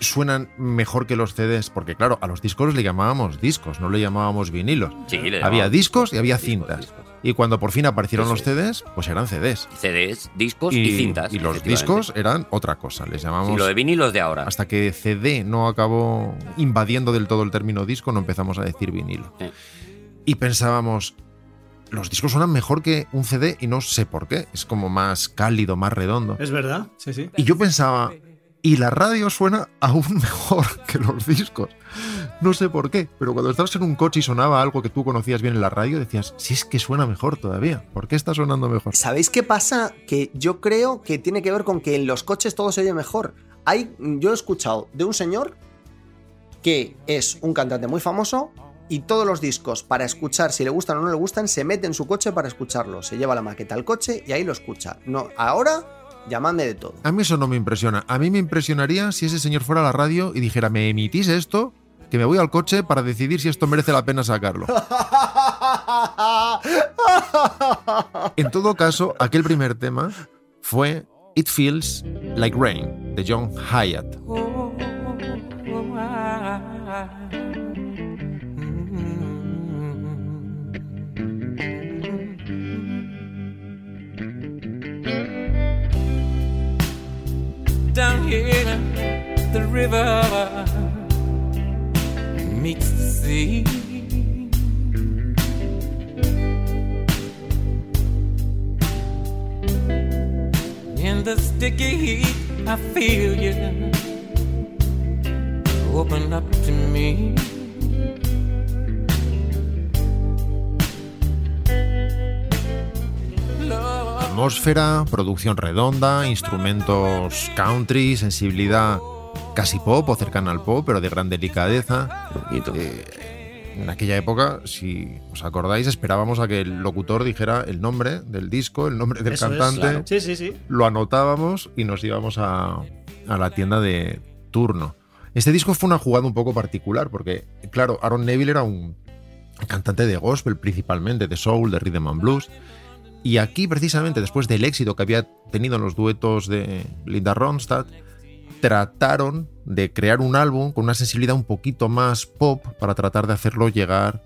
Speaker 4: suenan mejor que los CDs? Porque claro, a los discos le llamábamos discos, no le llamábamos vinilos.
Speaker 5: Sí, le
Speaker 4: Había
Speaker 5: llamaban
Speaker 4: discos y había
Speaker 5: discos,
Speaker 4: cintas.
Speaker 5: discos.
Speaker 4: Y cuando por fin aparecieron los CDs, pues eran CDs.
Speaker 5: CDs, discos y, cintas.
Speaker 4: y los
Speaker 5: efectivamente.
Speaker 4: discos eran otra cosa, les
Speaker 5: Y
Speaker 4: llamamos...
Speaker 5: lo de vinilos de ahora.
Speaker 4: Hasta que CD no acabó invadiendo del todo el término disco, no empezamos a decir vinilo.
Speaker 5: Sí.
Speaker 4: Y pensábamos, los discos suenan mejor que un CD y no sé por qué, es como más cálido, más redondo.
Speaker 3: Es verdad, sí, sí.
Speaker 4: Y yo pensaba, y la radio suena aún mejor que los discos. No sé por qué, pero cuando estabas en un coche y sonaba algo que tú conocías bien en la radio, decías, si es que suena mejor todavía, ¿por qué está sonando mejor?
Speaker 6: ¿Sabéis qué pasa? Que yo creo que tiene que ver con que en los coches todo se oye mejor. Hay, yo he escuchado de un señor que es un cantante muy famoso y todos los discos para escuchar, si le gustan o no le gustan, se mete en su coche para escucharlo. Se lleva la maqueta al coche y ahí lo escucha. No, ahora llamadme de todo.
Speaker 4: A mí eso no me impresiona. A mí me impresionaría si ese señor fuera a la radio y dijera, me emitís esto, que me voy al coche para decidir si esto merece la pena sacarlo. En todo caso, aquel primer tema fue It Feels Like Rain, de John Hyatt.
Speaker 7: Oh, I, mm, down here the river meets the sea in the sticky heat i feel you open up to me Love.
Speaker 4: Atmósfera, producción redonda, instrumentos country, sensibilidad casi pop o cercana al pop, pero de gran delicadeza.
Speaker 5: Poquito.
Speaker 4: En aquella época, si os acordáis, esperábamos a que el locutor dijera el nombre del disco, el nombre del
Speaker 3: Eso es,
Speaker 4: cantante,
Speaker 3: claro. Sí, sí, sí.
Speaker 4: lo anotábamos y nos íbamos a, a la tienda de turno. Este disco fue una jugada un poco particular porque, claro, Aaron Neville era un cantante de gospel principalmente, de soul, de rhythm and blues. Y aquí, precisamente, después del éxito que había tenido en los duetos de Linda Ronstadt, trataron de crear un álbum con una sensibilidad un poquito más pop para tratar de hacerlo llegar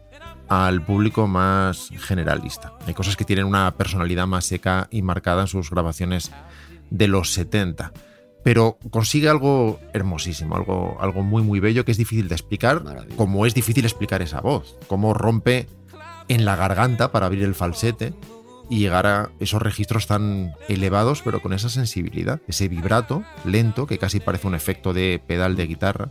Speaker 4: al público más generalista. Hay cosas que tienen una personalidad más seca y marcada en sus grabaciones de los 70. Pero consigue algo hermosísimo, algo, algo muy muy bello que es difícil de explicar,
Speaker 5: Maravilla.
Speaker 4: como es difícil explicar esa voz, cómo rompe en la garganta para abrir el falsete y llegar a esos registros tan elevados, pero con esa sensibilidad, ese vibrato lento que casi parece un efecto de pedal de guitarra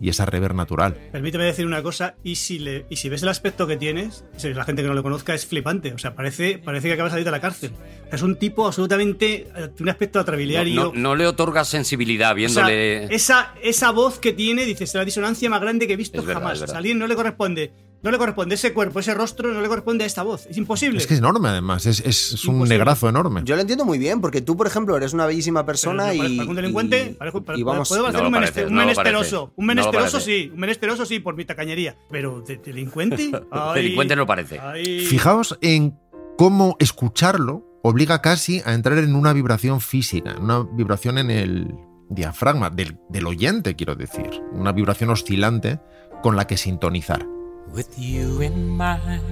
Speaker 4: y esa rever natural.
Speaker 3: Permíteme decir una cosa, y si, le, y si ves el aspecto que tienes, si la gente que no lo conozca es flipante, o sea, parece, parece que acabas de salir de la cárcel. Es un tipo absolutamente, eh, tiene un aspecto
Speaker 5: No,
Speaker 3: atrabiliario.
Speaker 5: no- no le otorga sensibilidad
Speaker 3: O sea,
Speaker 5: viéndole.
Speaker 3: esa, esa voz que tiene, dices, la disonancia más grande que he visto
Speaker 5: Es verdad,
Speaker 3: jamás.
Speaker 5: es
Speaker 3: O sea,
Speaker 5: verdad.
Speaker 3: a alguien no le corresponde. No le corresponde ese cuerpo, ese rostro, no le corresponde a esta voz. Es imposible.
Speaker 4: Es que es enorme además, es, es- es un
Speaker 3: Imposible.
Speaker 4: negrazo enorme.
Speaker 6: Yo lo entiendo muy bien, porque tú, por ejemplo, eres una bellísima
Speaker 3: Pero
Speaker 6: persona
Speaker 3: yo parezco
Speaker 6: y.
Speaker 3: algún delincuente,
Speaker 6: y-
Speaker 3: parezco-
Speaker 6: y vamos-
Speaker 3: puedo parecer
Speaker 5: No lo
Speaker 3: un,
Speaker 5: parece,
Speaker 3: meneste- un
Speaker 5: no lo
Speaker 3: menesteroso.
Speaker 5: parece.
Speaker 3: Un
Speaker 5: No lo
Speaker 3: menesteroso
Speaker 5: parece.
Speaker 3: sí, un menesteroso sí, por mi tacañería. Pero de delincuente. Ay, Ah.
Speaker 5: Delincuente no parece.
Speaker 3: ay.
Speaker 4: Fijaos en cómo escucharlo obliga casi a entrar en una vibración física, en una vibración en el diafragma del, del oyente, quiero decir, una vibración oscilante con la que sintonizar.
Speaker 7: With you in mind,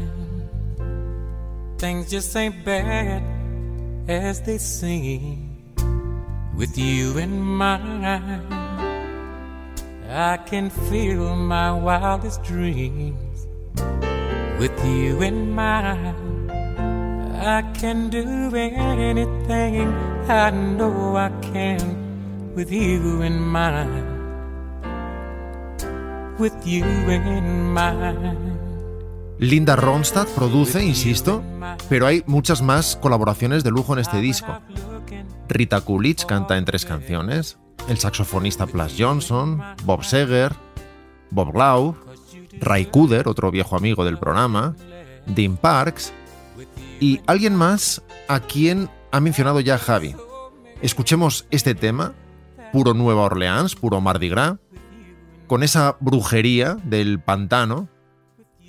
Speaker 7: things just ain't bad as they seem. With you in mind, I can feel my wildest dreams. With you in mind, I can do anything I know I can. With you in mind with you in mind.
Speaker 4: Linda Ronstadt produce, insisto, pero hay muchas más colaboraciones de lujo en este disco. Rita Coolidge canta en tres canciones, el saxofonista Plas Johnson, Bob Seger, Bob Lau, Ray Cooder, otro viejo amigo del programa, Dean Parks y alguien más a quien ha mencionado ya Javi. Escuchemos este tema, puro Nueva Orleans, puro Mardi Gras, con esa brujería del pantano,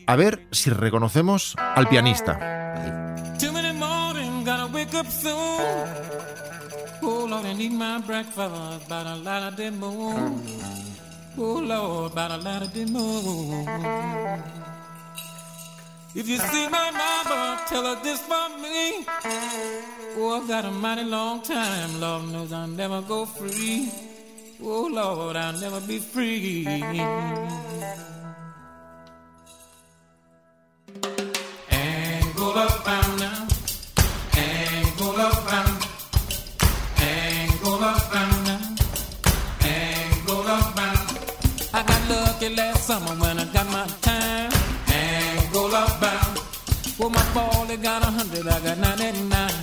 Speaker 4: a ver si reconocemos al pianista.
Speaker 7: Two in the morning, gotta wake up soon. Oh Lord, I need my breakfast by the light of the moon. Oh Lord, by the light of the moon. If you see my mama, tell her this for me. Oh, I've got a mighty long time. Lord knows I'll never go free. Oh Lord, I'll never be free. Angola found now. Angola found. Angola found now. Angola found. I got lucky last summer when I got my time. Angola bound. Well, my ball, it got a hundred, I got 99.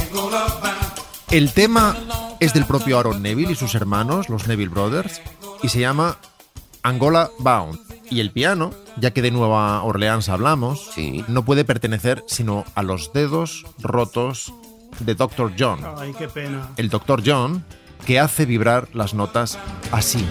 Speaker 7: Angola bound.
Speaker 4: El tema es del propio Aaron Neville y sus hermanos, los Neville Brothers, y se llama Angola Bound. Y el piano, ya que de Nueva Orleans hablamos,
Speaker 5: Sí.
Speaker 4: no puede pertenecer sino a los dedos rotos de Dr. John.
Speaker 3: Ay, qué pena.
Speaker 4: el Dr. John, que hace vibrar las notas así.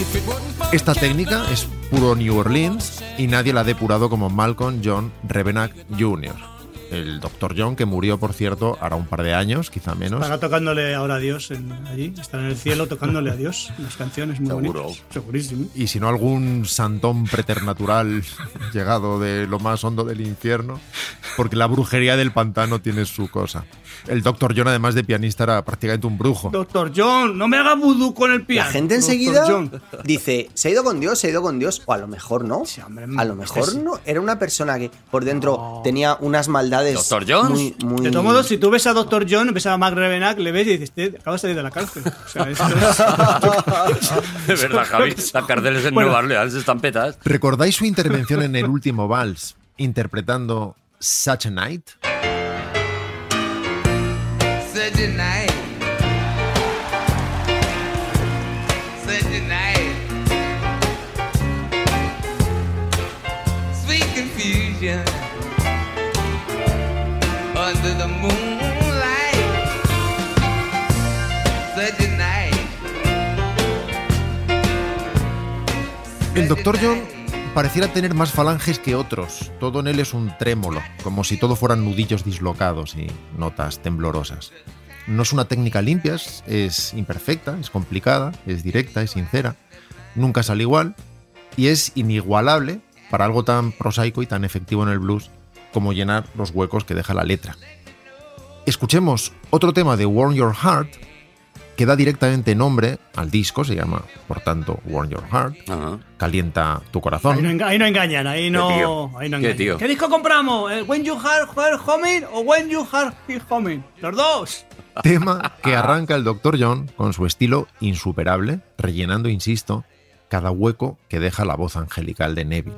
Speaker 7: If it wasn't for
Speaker 4: Esta técnica es puro New Orleans y nadie la ha depurado como Malcolm John Revenack Jr., el Dr. John que murió, por cierto, hará un par de años, quizá menos.
Speaker 3: Estará tocándole ahora a Dios en- allí. Estará en el cielo tocándole a Dios. Las canciones muy
Speaker 5: Seguro.
Speaker 3: bonitas. Segurísimo.
Speaker 4: Y si no algún santón preternatural llegado de lo más hondo del infierno, porque la brujería del pantano tiene su cosa. El Dr. John, además de pianista, era prácticamente un brujo.
Speaker 3: Doctor John, no me haga vudú con el
Speaker 6: La
Speaker 3: piano.
Speaker 6: gente
Speaker 3: Dr.
Speaker 6: enseguida
Speaker 3: John.
Speaker 6: dice, se ha ido con Dios, se ha ido con Dios. O a lo mejor no.
Speaker 3: Sí, hombre,
Speaker 6: a
Speaker 3: este
Speaker 6: lo mejor
Speaker 3: sí.
Speaker 6: no. Era una persona que por dentro tenía unas maldades.
Speaker 5: ¿Doctor Jones?
Speaker 6: Muy, muy...
Speaker 3: De todos modos, si tú ves a Dr. John, ves a Mac Revenac, le ves y dices, "Te acabas de salir de la cárcel. O sea, esto es-
Speaker 5: De verdad, Javi, las cárceles en
Speaker 3: Bueno.
Speaker 5: Nueva Orleans están petas.
Speaker 4: ¿Recordáis su intervención en el último vals interpretando Such a Night?
Speaker 8: Such a night. Such a night. Sweet confusion. Under the moonlight. Such a night.
Speaker 4: El Dr. John pareciera tener más falanges que otros. Todo en él es un trémolo, como si todo fueran nudillos dislocados y notas temblorosas. No es una técnica limpia, es- es imperfecta, es complicada, es directa, es sincera. Nunca sale igual y es inigualable para algo tan prosaico y tan efectivo en el blues como llenar los huecos que deja la letra. Escuchemos otro tema de Warm Your Heart que da directamente nombre al disco, se llama por tanto Warm Your Heart
Speaker 5: Ajá.
Speaker 4: calienta tu
Speaker 3: ahí, no
Speaker 4: corazón.
Speaker 3: enga- ahí no engañan, ahí no,
Speaker 5: tío.
Speaker 3: ahí no
Speaker 5: Qué
Speaker 3: engañan.
Speaker 5: tío.
Speaker 3: ¿Qué disco compramos? ¿El When You Are Her Homing o When You Are His Homing? Los dos.
Speaker 4: Tema que arranca el Dr. John con su estilo insuperable, rellenando, insisto, cada hueco que deja la voz angelical de Neville.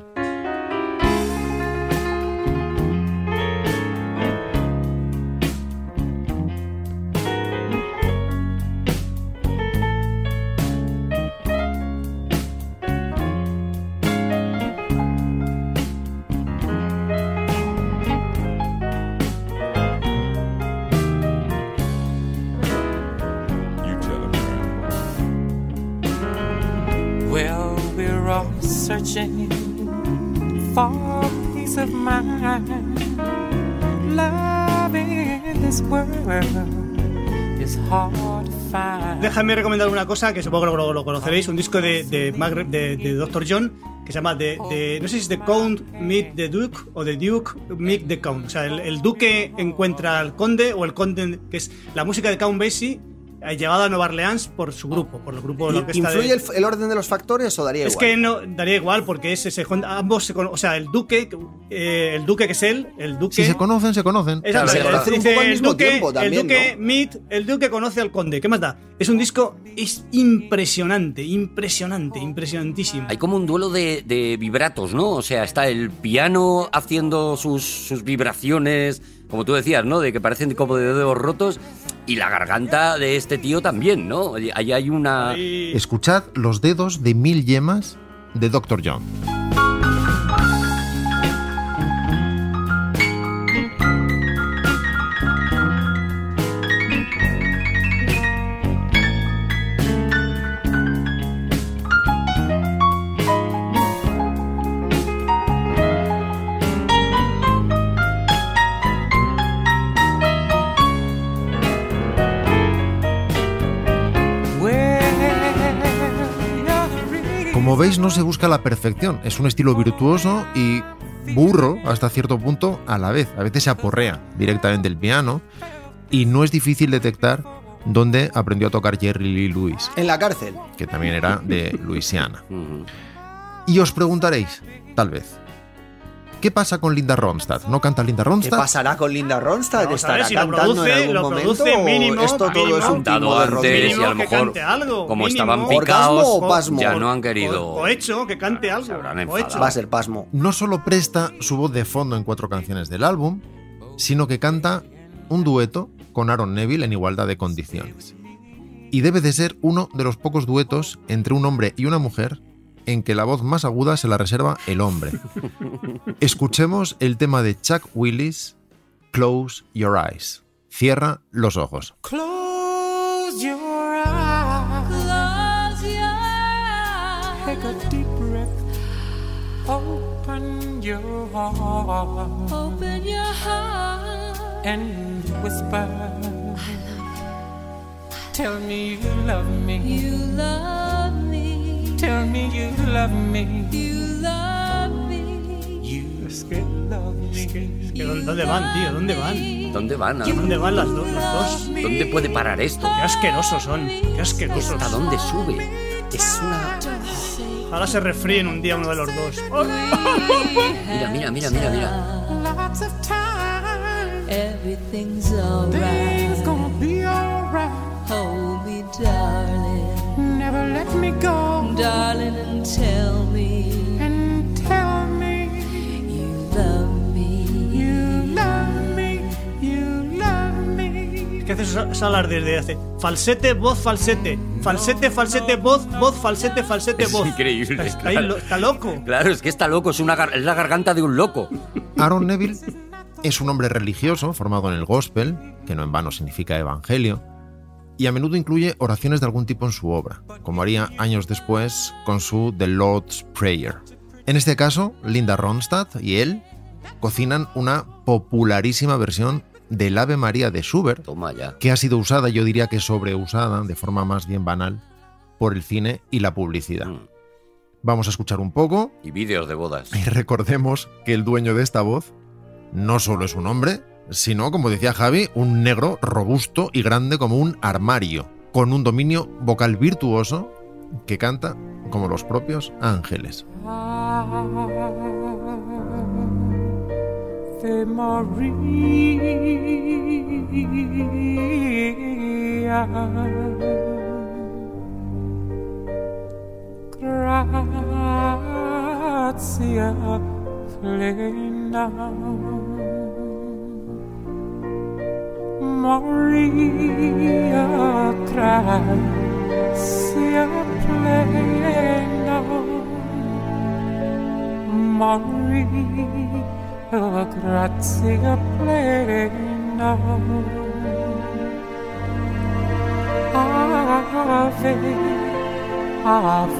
Speaker 7: searching for peace of mind. Love in this world is hard to find.
Speaker 3: Déjame recomendar una cosa que supongo que lo, lo conoceréis, un disco de, de, Mac- de- de Dr. John que se llama The, The- no sé si es The Count Meet the Duke o The Duke Meet the Count. O sea, el, el duque encuentra al conde o el conde, que es la música de Count Basie eh, llevada a Nueva Orleans por su grupo, por el grupo de la orquesta de-
Speaker 6: ¿Influye el, el orden de los factores o daría
Speaker 3: Es
Speaker 6: igual?
Speaker 3: que no daría igual porque es ese, ambos se cono- o sea, el duque, eh, el duque que es él, el duque
Speaker 4: Si se conocen, se conocen.
Speaker 3: es al
Speaker 6: Claro, se
Speaker 3: revés.
Speaker 6: conocen un poco al
Speaker 3: el
Speaker 6: mismo
Speaker 3: duque,
Speaker 6: tiempo también,
Speaker 3: el duque Meet, el duque conoce al conde. ¿Qué más da? Es un disco es impresionante, impresionante, impresionantísimo.
Speaker 5: Hay como un duelo de, de vibratos, ¿no? O sea, está el piano haciendo sus, sus vibraciones, como tú decías, ¿no? De que parecen como de dedos rotos, y la garganta de este tío también, ¿no? Ahí ahí hay una...
Speaker 3: Y-
Speaker 4: Escuchad los dedos de mil yemas de Dr. John. Como veis, no se busca la perfección. Es un estilo virtuoso y burro hasta cierto punto a la vez. A veces se aporrea directamente el piano y no es difícil detectar dónde aprendió a tocar Jerry Lee Lewis,
Speaker 6: En la cárcel.
Speaker 4: que también era de Luisiana.
Speaker 5: Ujú.
Speaker 4: Y os preguntaréis, tal vez, ¿qué pasa con Linda Ronstadt? ¿No canta Linda
Speaker 6: ¿Qué
Speaker 4: Ronstadt.
Speaker 6: pasará con Linda Ronstadt?
Speaker 3: Vamos a ver
Speaker 6: ¿Estará
Speaker 3: si lo
Speaker 6: cantando
Speaker 3: produce,
Speaker 6: en algún
Speaker 3: lo
Speaker 6: momento?
Speaker 3: produce
Speaker 6: o
Speaker 3: mínimo,
Speaker 6: esto todo
Speaker 3: mínimo.
Speaker 6: es un timo
Speaker 5: Dado
Speaker 6: de
Speaker 5: antes
Speaker 6: Rodríguez?
Speaker 5: y a lo
Speaker 3: que
Speaker 5: mejor,
Speaker 3: cante algo,
Speaker 5: como estaban
Speaker 6: ¿Orgasmo
Speaker 5: picados,
Speaker 6: o pasmo?
Speaker 5: ya no han querido.
Speaker 3: O, o hecho, que cante
Speaker 5: Se
Speaker 3: algo.
Speaker 5: habrán
Speaker 3: o hecho.
Speaker 5: enfadado.
Speaker 6: Va a ser pasmo.
Speaker 4: no solo presta su voz de fondo en cuatro canciones del álbum, sino que canta un dueto con Aaron Neville en igualdad de condiciones. Y debe de ser uno de los pocos duetos entre un hombre y una mujer en que la voz más aguda se la reserva el hombre. Escuchemos el tema de Chuck Willis, Close Your Eyes. Cierra los ojos.
Speaker 7: Close your eyes.
Speaker 9: Close your eyes.
Speaker 7: Take a deep breath. Open your heart
Speaker 9: Open your heart.
Speaker 7: and whisper. Tell me you love me.
Speaker 9: You love me.
Speaker 7: Tell me you love me.
Speaker 9: You love me.
Speaker 7: You love me.
Speaker 3: Que dó- ¿Dónde van, tío? ¿Dónde van?
Speaker 5: ¿Dónde van?
Speaker 3: ¿Dónde van las, do- las dos?
Speaker 5: ¿Dónde puede parar esto?
Speaker 3: Qué asquerosos son, qué asquerosos.
Speaker 5: ¿Hasta dónde sube?
Speaker 6: Es una...
Speaker 3: Ahora se refríen un día uno de los dos. Oh,
Speaker 5: Mira, mira, mira, mira, mira.
Speaker 7: Lots of time.
Speaker 9: Eh, Everything's alright.
Speaker 7: Things gonna be alright.
Speaker 9: Hold me, darling.
Speaker 7: Never let me go.
Speaker 9: Darling, and tell me
Speaker 7: And tell me
Speaker 9: you love me.
Speaker 7: you love me. You love me.
Speaker 3: ¿Qué haces esos alardes de hace? Falsete, voz, falsete. Falsete, falsete, voz, voz, falsete, falsete,
Speaker 5: Es
Speaker 3: voz.
Speaker 5: increíble.
Speaker 3: Está, ahí
Speaker 5: claro.
Speaker 3: lo- está loco.
Speaker 5: Claro, es que está loco, es, una gar- es la garganta de un loco.
Speaker 4: Aaron Neville es un hombre religioso formado en el gospel, que no en vano significa evangelio, y a menudo incluye oraciones de algún tipo en su obra, como haría años después con su The Lord's Prayer. En este caso, Linda Ronstadt y él cocinan una popularísima versión del Ave María de Schubert,
Speaker 5: Toma ya.
Speaker 4: que ha sido usada, yo diría que sobreusada, de forma más bien banal, por el cine y la publicidad.
Speaker 5: Mm.
Speaker 4: Vamos a escuchar un poco
Speaker 5: Y vídeos de bodas.
Speaker 4: y recordemos que el dueño de esta voz no solo es un hombre, sino, como decía Javi, un negro robusto y grande como un armario, con un dominio vocal virtuoso que canta como los propios ángeles.
Speaker 7: Ave Maria. Grazia plena. Maria gratia plena. Maria, grazia plena. Ave of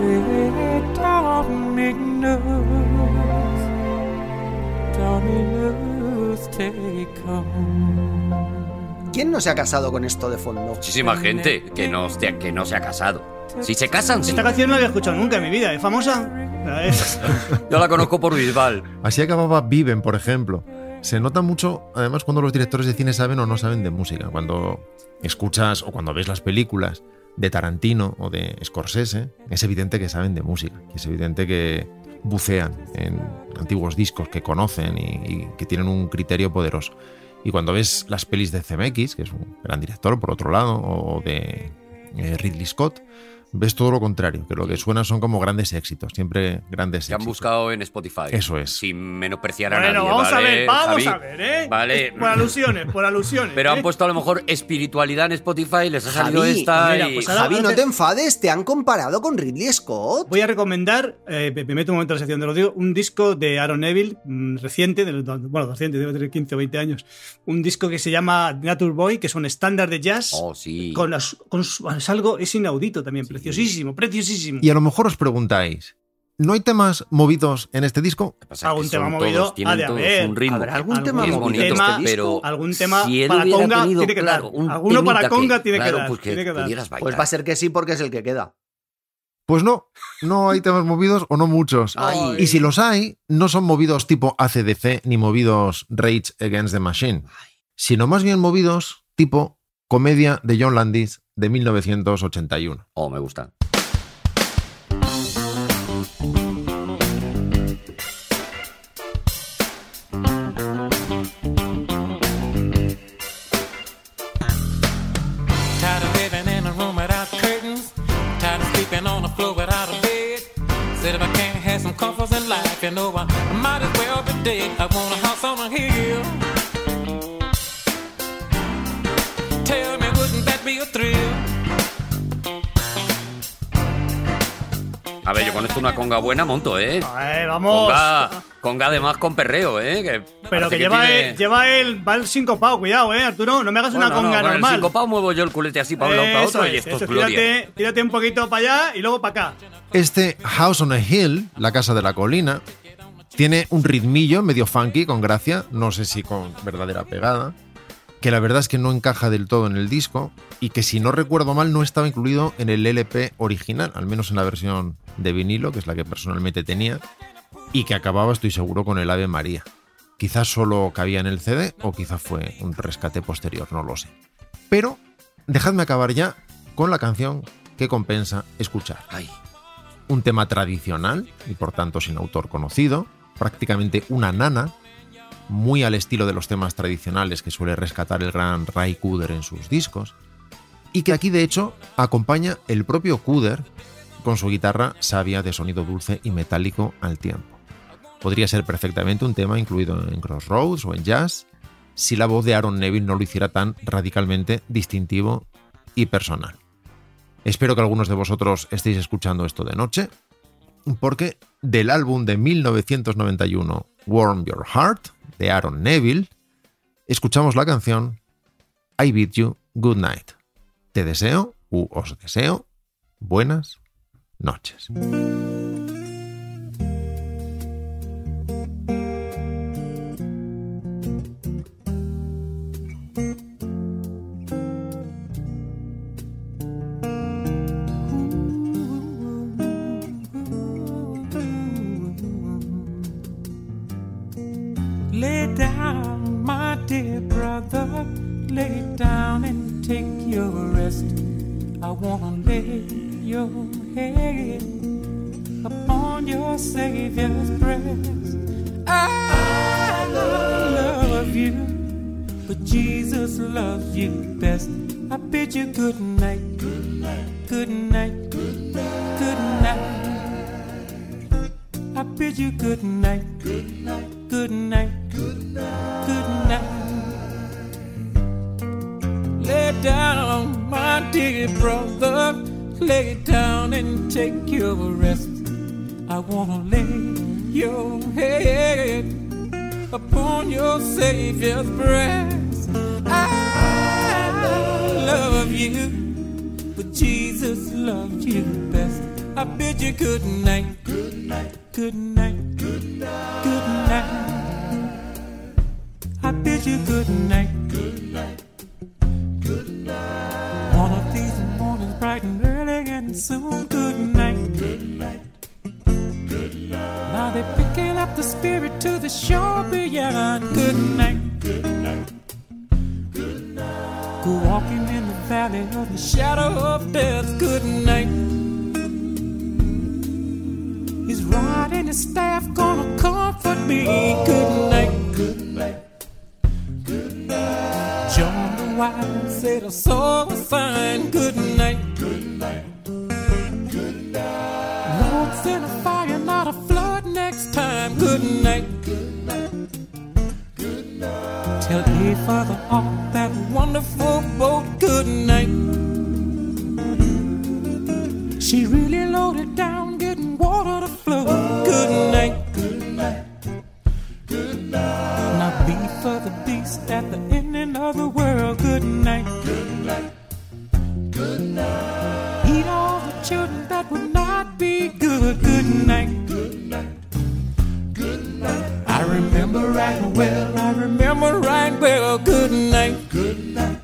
Speaker 7: it, Dominus, Dominus, take home.
Speaker 6: ¿Quién no se ha casado con esto de fondo?
Speaker 5: Muchísima gente que no, se- que no se ha casado. Si se casan, sí.
Speaker 3: Esta canción no la había escuchado nunca en mi vida, ¿es famosa? La es-
Speaker 5: Yo la conozco por Bisbal.
Speaker 4: Así acababa Viven, por ejemplo. Se nota mucho, además, cuando los directores de cine saben o no saben de música. Cuando escuchas o cuando ves las películas de Tarantino o de Scorsese, es evidente que saben de música. Es evidente que bucean en antiguos discos que conocen y, y que tienen un criterio poderoso. Y cuando ves las pelis de CMX, que es un gran director, por otro lado, o de eh, Ridley Scott, ves todo lo contrario, que lo que suena son como grandes éxitos, siempre grandes
Speaker 5: Que han
Speaker 4: éxitos.
Speaker 5: buscado en Spotify.
Speaker 4: Eso es.
Speaker 5: Sin menospreciar a
Speaker 3: Bueno,
Speaker 5: nadie.
Speaker 3: vamos
Speaker 5: ¿vale,
Speaker 3: a ver, vamos
Speaker 5: Javi?
Speaker 3: a ver, ¿eh?
Speaker 5: Vale.
Speaker 3: Por alusiones, por alusiones.
Speaker 5: Pero
Speaker 3: ¿eh?
Speaker 5: han puesto a lo mejor espiritualidad en Spotify, les ha salido
Speaker 6: Javi,
Speaker 5: esta
Speaker 3: mira,
Speaker 5: y...
Speaker 3: pues ahora-
Speaker 6: Javi,
Speaker 3: ahora
Speaker 6: no
Speaker 3: te-
Speaker 6: te enfades, te han comparado con Ridley Scott.
Speaker 3: Voy a recomendar, eh, me- me meto un momento en la sección de los digo, un disco de Aaron Neville, mm, reciente, de los do- bueno, reciente, debe tener 15 o 20 años. Un disco que se llama Nature Boy, que es un estándar de jazz.
Speaker 5: Oh, sí.
Speaker 3: con las- con su- es algo, es inaudito también, preciosísimo, preciosísimo.
Speaker 4: Y a lo mejor os preguntáis, ¿no hay temas movidos en este disco?
Speaker 5: Lo que pasa es que
Speaker 3: algún
Speaker 5: son
Speaker 3: tema movido ha
Speaker 5: tienen
Speaker 3: de
Speaker 5: todos
Speaker 3: haber.
Speaker 5: un ritmo.
Speaker 6: Habrá algún
Speaker 3: algún
Speaker 6: tema
Speaker 5: es
Speaker 3: tema
Speaker 6: movido
Speaker 5: bonito,
Speaker 6: en este
Speaker 3: tema,
Speaker 5: pero
Speaker 6: disco?
Speaker 3: algún tema
Speaker 5: si él
Speaker 3: para
Speaker 5: hubiera
Speaker 3: conga
Speaker 5: tenido,
Speaker 3: tiene que
Speaker 5: claro,
Speaker 3: dar.
Speaker 5: un
Speaker 3: Alguno para
Speaker 5: temita que-
Speaker 3: conga tiene que
Speaker 5: claro,
Speaker 3: dar,
Speaker 5: pues que
Speaker 3: tiene que dar.
Speaker 5: pudieras bailar.
Speaker 6: Pues va a ser que sí, porque es el que queda.
Speaker 4: Pues no, no hay temas movidos o no muchos.
Speaker 5: Ay.
Speaker 4: Y si los hay, no son movidos tipo ACDC ni movidos Rage Against the Machine, sino más bien movidos tipo comedia de John Landis de 1981.
Speaker 5: Oh, me gusta.
Speaker 7: Tired of living in a room without curtains. Tired of sleeping on the floor without a bed. Said if I can't have some comforts in life, you know I might as well be dead. I want a house on a hill. Tell me, wouldn't that be a thrill?
Speaker 5: A ver, yo con esto una conga buena monto, ¿eh?
Speaker 3: Ay, vamos.
Speaker 5: Conga, conga además con perreo, ¿eh? Que
Speaker 3: Pero
Speaker 5: parece
Speaker 3: que, lleva,
Speaker 5: tiene-
Speaker 3: el, lleva el. Va el sincopado, cuidado, eh, Arturo. No me hagas
Speaker 5: Bueno,
Speaker 3: una
Speaker 5: no,
Speaker 3: conga
Speaker 5: con el
Speaker 3: normal.
Speaker 5: sincopado muevo yo el culete así para un lado para
Speaker 3: Eso
Speaker 5: otro
Speaker 3: es,
Speaker 5: y esto es
Speaker 3: eso,
Speaker 5: gloria.
Speaker 3: tírate, tírate un poquito para allá y luego para acá.
Speaker 4: Este House on a Hill, la casa de la colina, tiene un ritmillo medio funky, con gracia, no sé si con verdadera pegada, que la verdad es que no encaja del todo en el disco y que si no recuerdo mal no estaba incluido en el LP original, al menos en la versión de vinilo, que es la que personalmente tenía, y que acababa, estoy seguro, con el Ave María. Quizás solo cabía en el CD o quizás fue un rescate posterior, no lo sé. Pero dejadme acabar ya con la canción que compensa escuchar
Speaker 5: Ay,
Speaker 4: un tema tradicional y por tanto sin autor conocido, prácticamente una nana, muy al estilo de los temas tradicionales que suele rescatar el gran Ray Cooder en sus discos, y que aquí de hecho acompaña el propio Cooder con su guitarra sabia de sonido dulce y metálico al tiempo. Podría ser perfectamente un tema incluido en Crossroads o en Jazz, si la voz de Aaron Neville no lo hiciera tan radicalmente distintivo y personal. Espero que algunos de vosotros estéis escuchando esto de noche, porque del álbum de 1991, Warm Your Heart, de Aaron Neville, escuchamos la canción I Bid You Good Night. Te deseo, u os deseo, buenas noches.
Speaker 5: Eh.
Speaker 7: Lay down, my dear brother. Lay down and take your rest. I want to lay your head upon your Savior's breast. I love you, but Jesus loves you best. I bid you good night, good night, good night, good night. I bid you good night, good night, good night, good night, good night. Lay down, my dear brother, lay down and take your rest. I wanna lay your head upon your Savior's breast. I love you, but Jesus loved you best. I bid you good night. Good night. Good night. Good night. Good night. I bid you good night. Good night. Good night. One of these mornings, bright and early and soon. Good night. Good night. Now they're picking up the spirit to the shore beyond. Good night. Good night. Go walking in the valley of the shadow of death. Good night. His rod and his staff gonna comfort me. Good night. Good night. Good night. John the wise said a soul was fine. Good night. Good night. Good night. Lord send a fire, not a flood next time. Good night. Good night. Good night. Tell Eve Father off that wonderful boat. Good night. She really loaded down, getting water to flow. Good night. Good night. Good night. Now be for the beast at the ending of the world. Good night. Good night. Good night. Eat all the children that would not be good. Good night. Good night. Good night. I remember right well. I remember right well. Good night. Good night.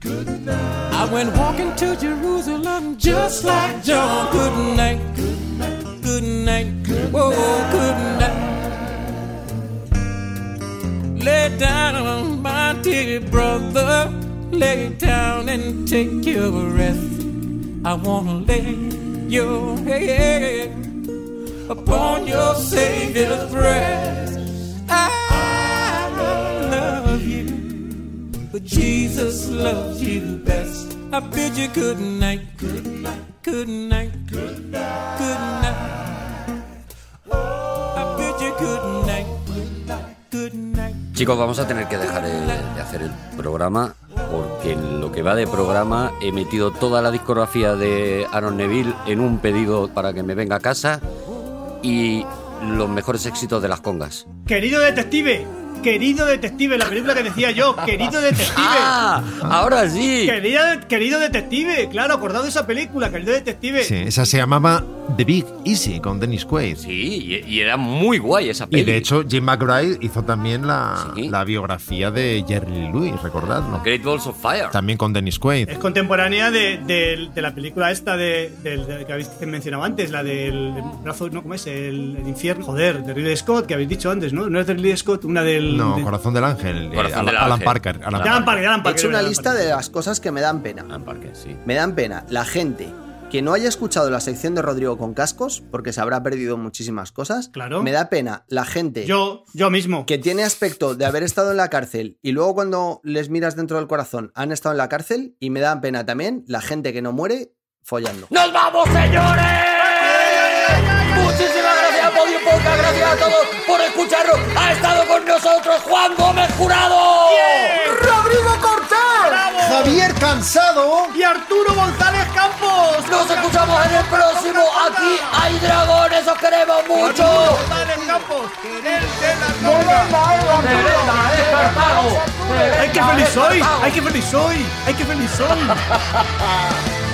Speaker 7: Good night. I went walking to Jerusalem just like John. Good night. Good night. Good night. Whoa, good night. Lay down, my dear brother. Lay down and take your rest. I wanna lay your head upon your Savior's breast. I love you, but Jesus loves you best. I bid you good night, good night, good night, good night, good night. I bid you good night, good night, good night.
Speaker 5: Chicos, vamos a tener que dejar eh, de hacer el programa porque en lo que va de programa he metido toda la discografía de Aaron Neville en un pedido para que me venga a casa y los mejores éxitos de las congas.
Speaker 3: Querido detective, querido detective, la película que decía yo, querido detective.
Speaker 5: ¡Ah! Ahora sí.
Speaker 3: Querido, querido detective, claro, acordado de esa película, querido detective.
Speaker 4: Sí, esa se llamaba The Big Easy con Dennis Quaid.
Speaker 5: Sí, y, y era muy guay esa peli.
Speaker 4: Y de hecho, Jim McBride hizo también la,
Speaker 5: Sí.
Speaker 4: la biografía de Jerry Lee Lewis, recordadlo.
Speaker 5: Great Balls of Fire.
Speaker 4: También con Dennis Quaid.
Speaker 3: Es contemporánea de, de- de la película esta de, del- del que habéis mencionado antes, la del brazo, no, ¿cómo es? El, el infierno, joder, de Ridley Scott, que habéis dicho antes, ¿no? No es de Ridley Scott, una del...
Speaker 4: No,
Speaker 3: de-
Speaker 4: Corazón del Ángel. eh,
Speaker 5: Corazón del
Speaker 4: Alan
Speaker 5: Ángel.
Speaker 4: Parker. Alan
Speaker 3: de Alan Parker, de Alan
Speaker 6: He
Speaker 3: Parker,
Speaker 6: hecho una
Speaker 3: de Alan
Speaker 6: lista
Speaker 3: Parker.
Speaker 6: de las cosas que me dan pena.
Speaker 5: Ah, Parker, sí.
Speaker 6: Me dan pena la gente que no haya escuchado la sección de Rodrigo con cascos, porque se habrá perdido muchísimas cosas.
Speaker 3: Claro.
Speaker 6: Me da pena la gente
Speaker 3: Yo, yo mismo.
Speaker 6: que tiene aspecto de haber estado en la cárcel y luego cuando les miras dentro del corazón han estado en la cárcel y me dan pena también la gente que no muere follando.
Speaker 2: ¡Nos vamos, señores! Muchísimas gracias, Podio Podcast. Gracias a todos por escucharnos. Ha estado con nosotros Juan Gómez Jurado.
Speaker 6: ¡Rodrigo Cortés! ¡Javier Cansado!
Speaker 3: ¡Y Arturo González Campos!
Speaker 2: Nos escuchamos en el próximo. Aquí hay dragones. Os queremos mucho.
Speaker 3: González Campos! ¡Ay, qué feliz soy! ¡Ay, qué feliz soy! ¡Ay, qué feliz soy!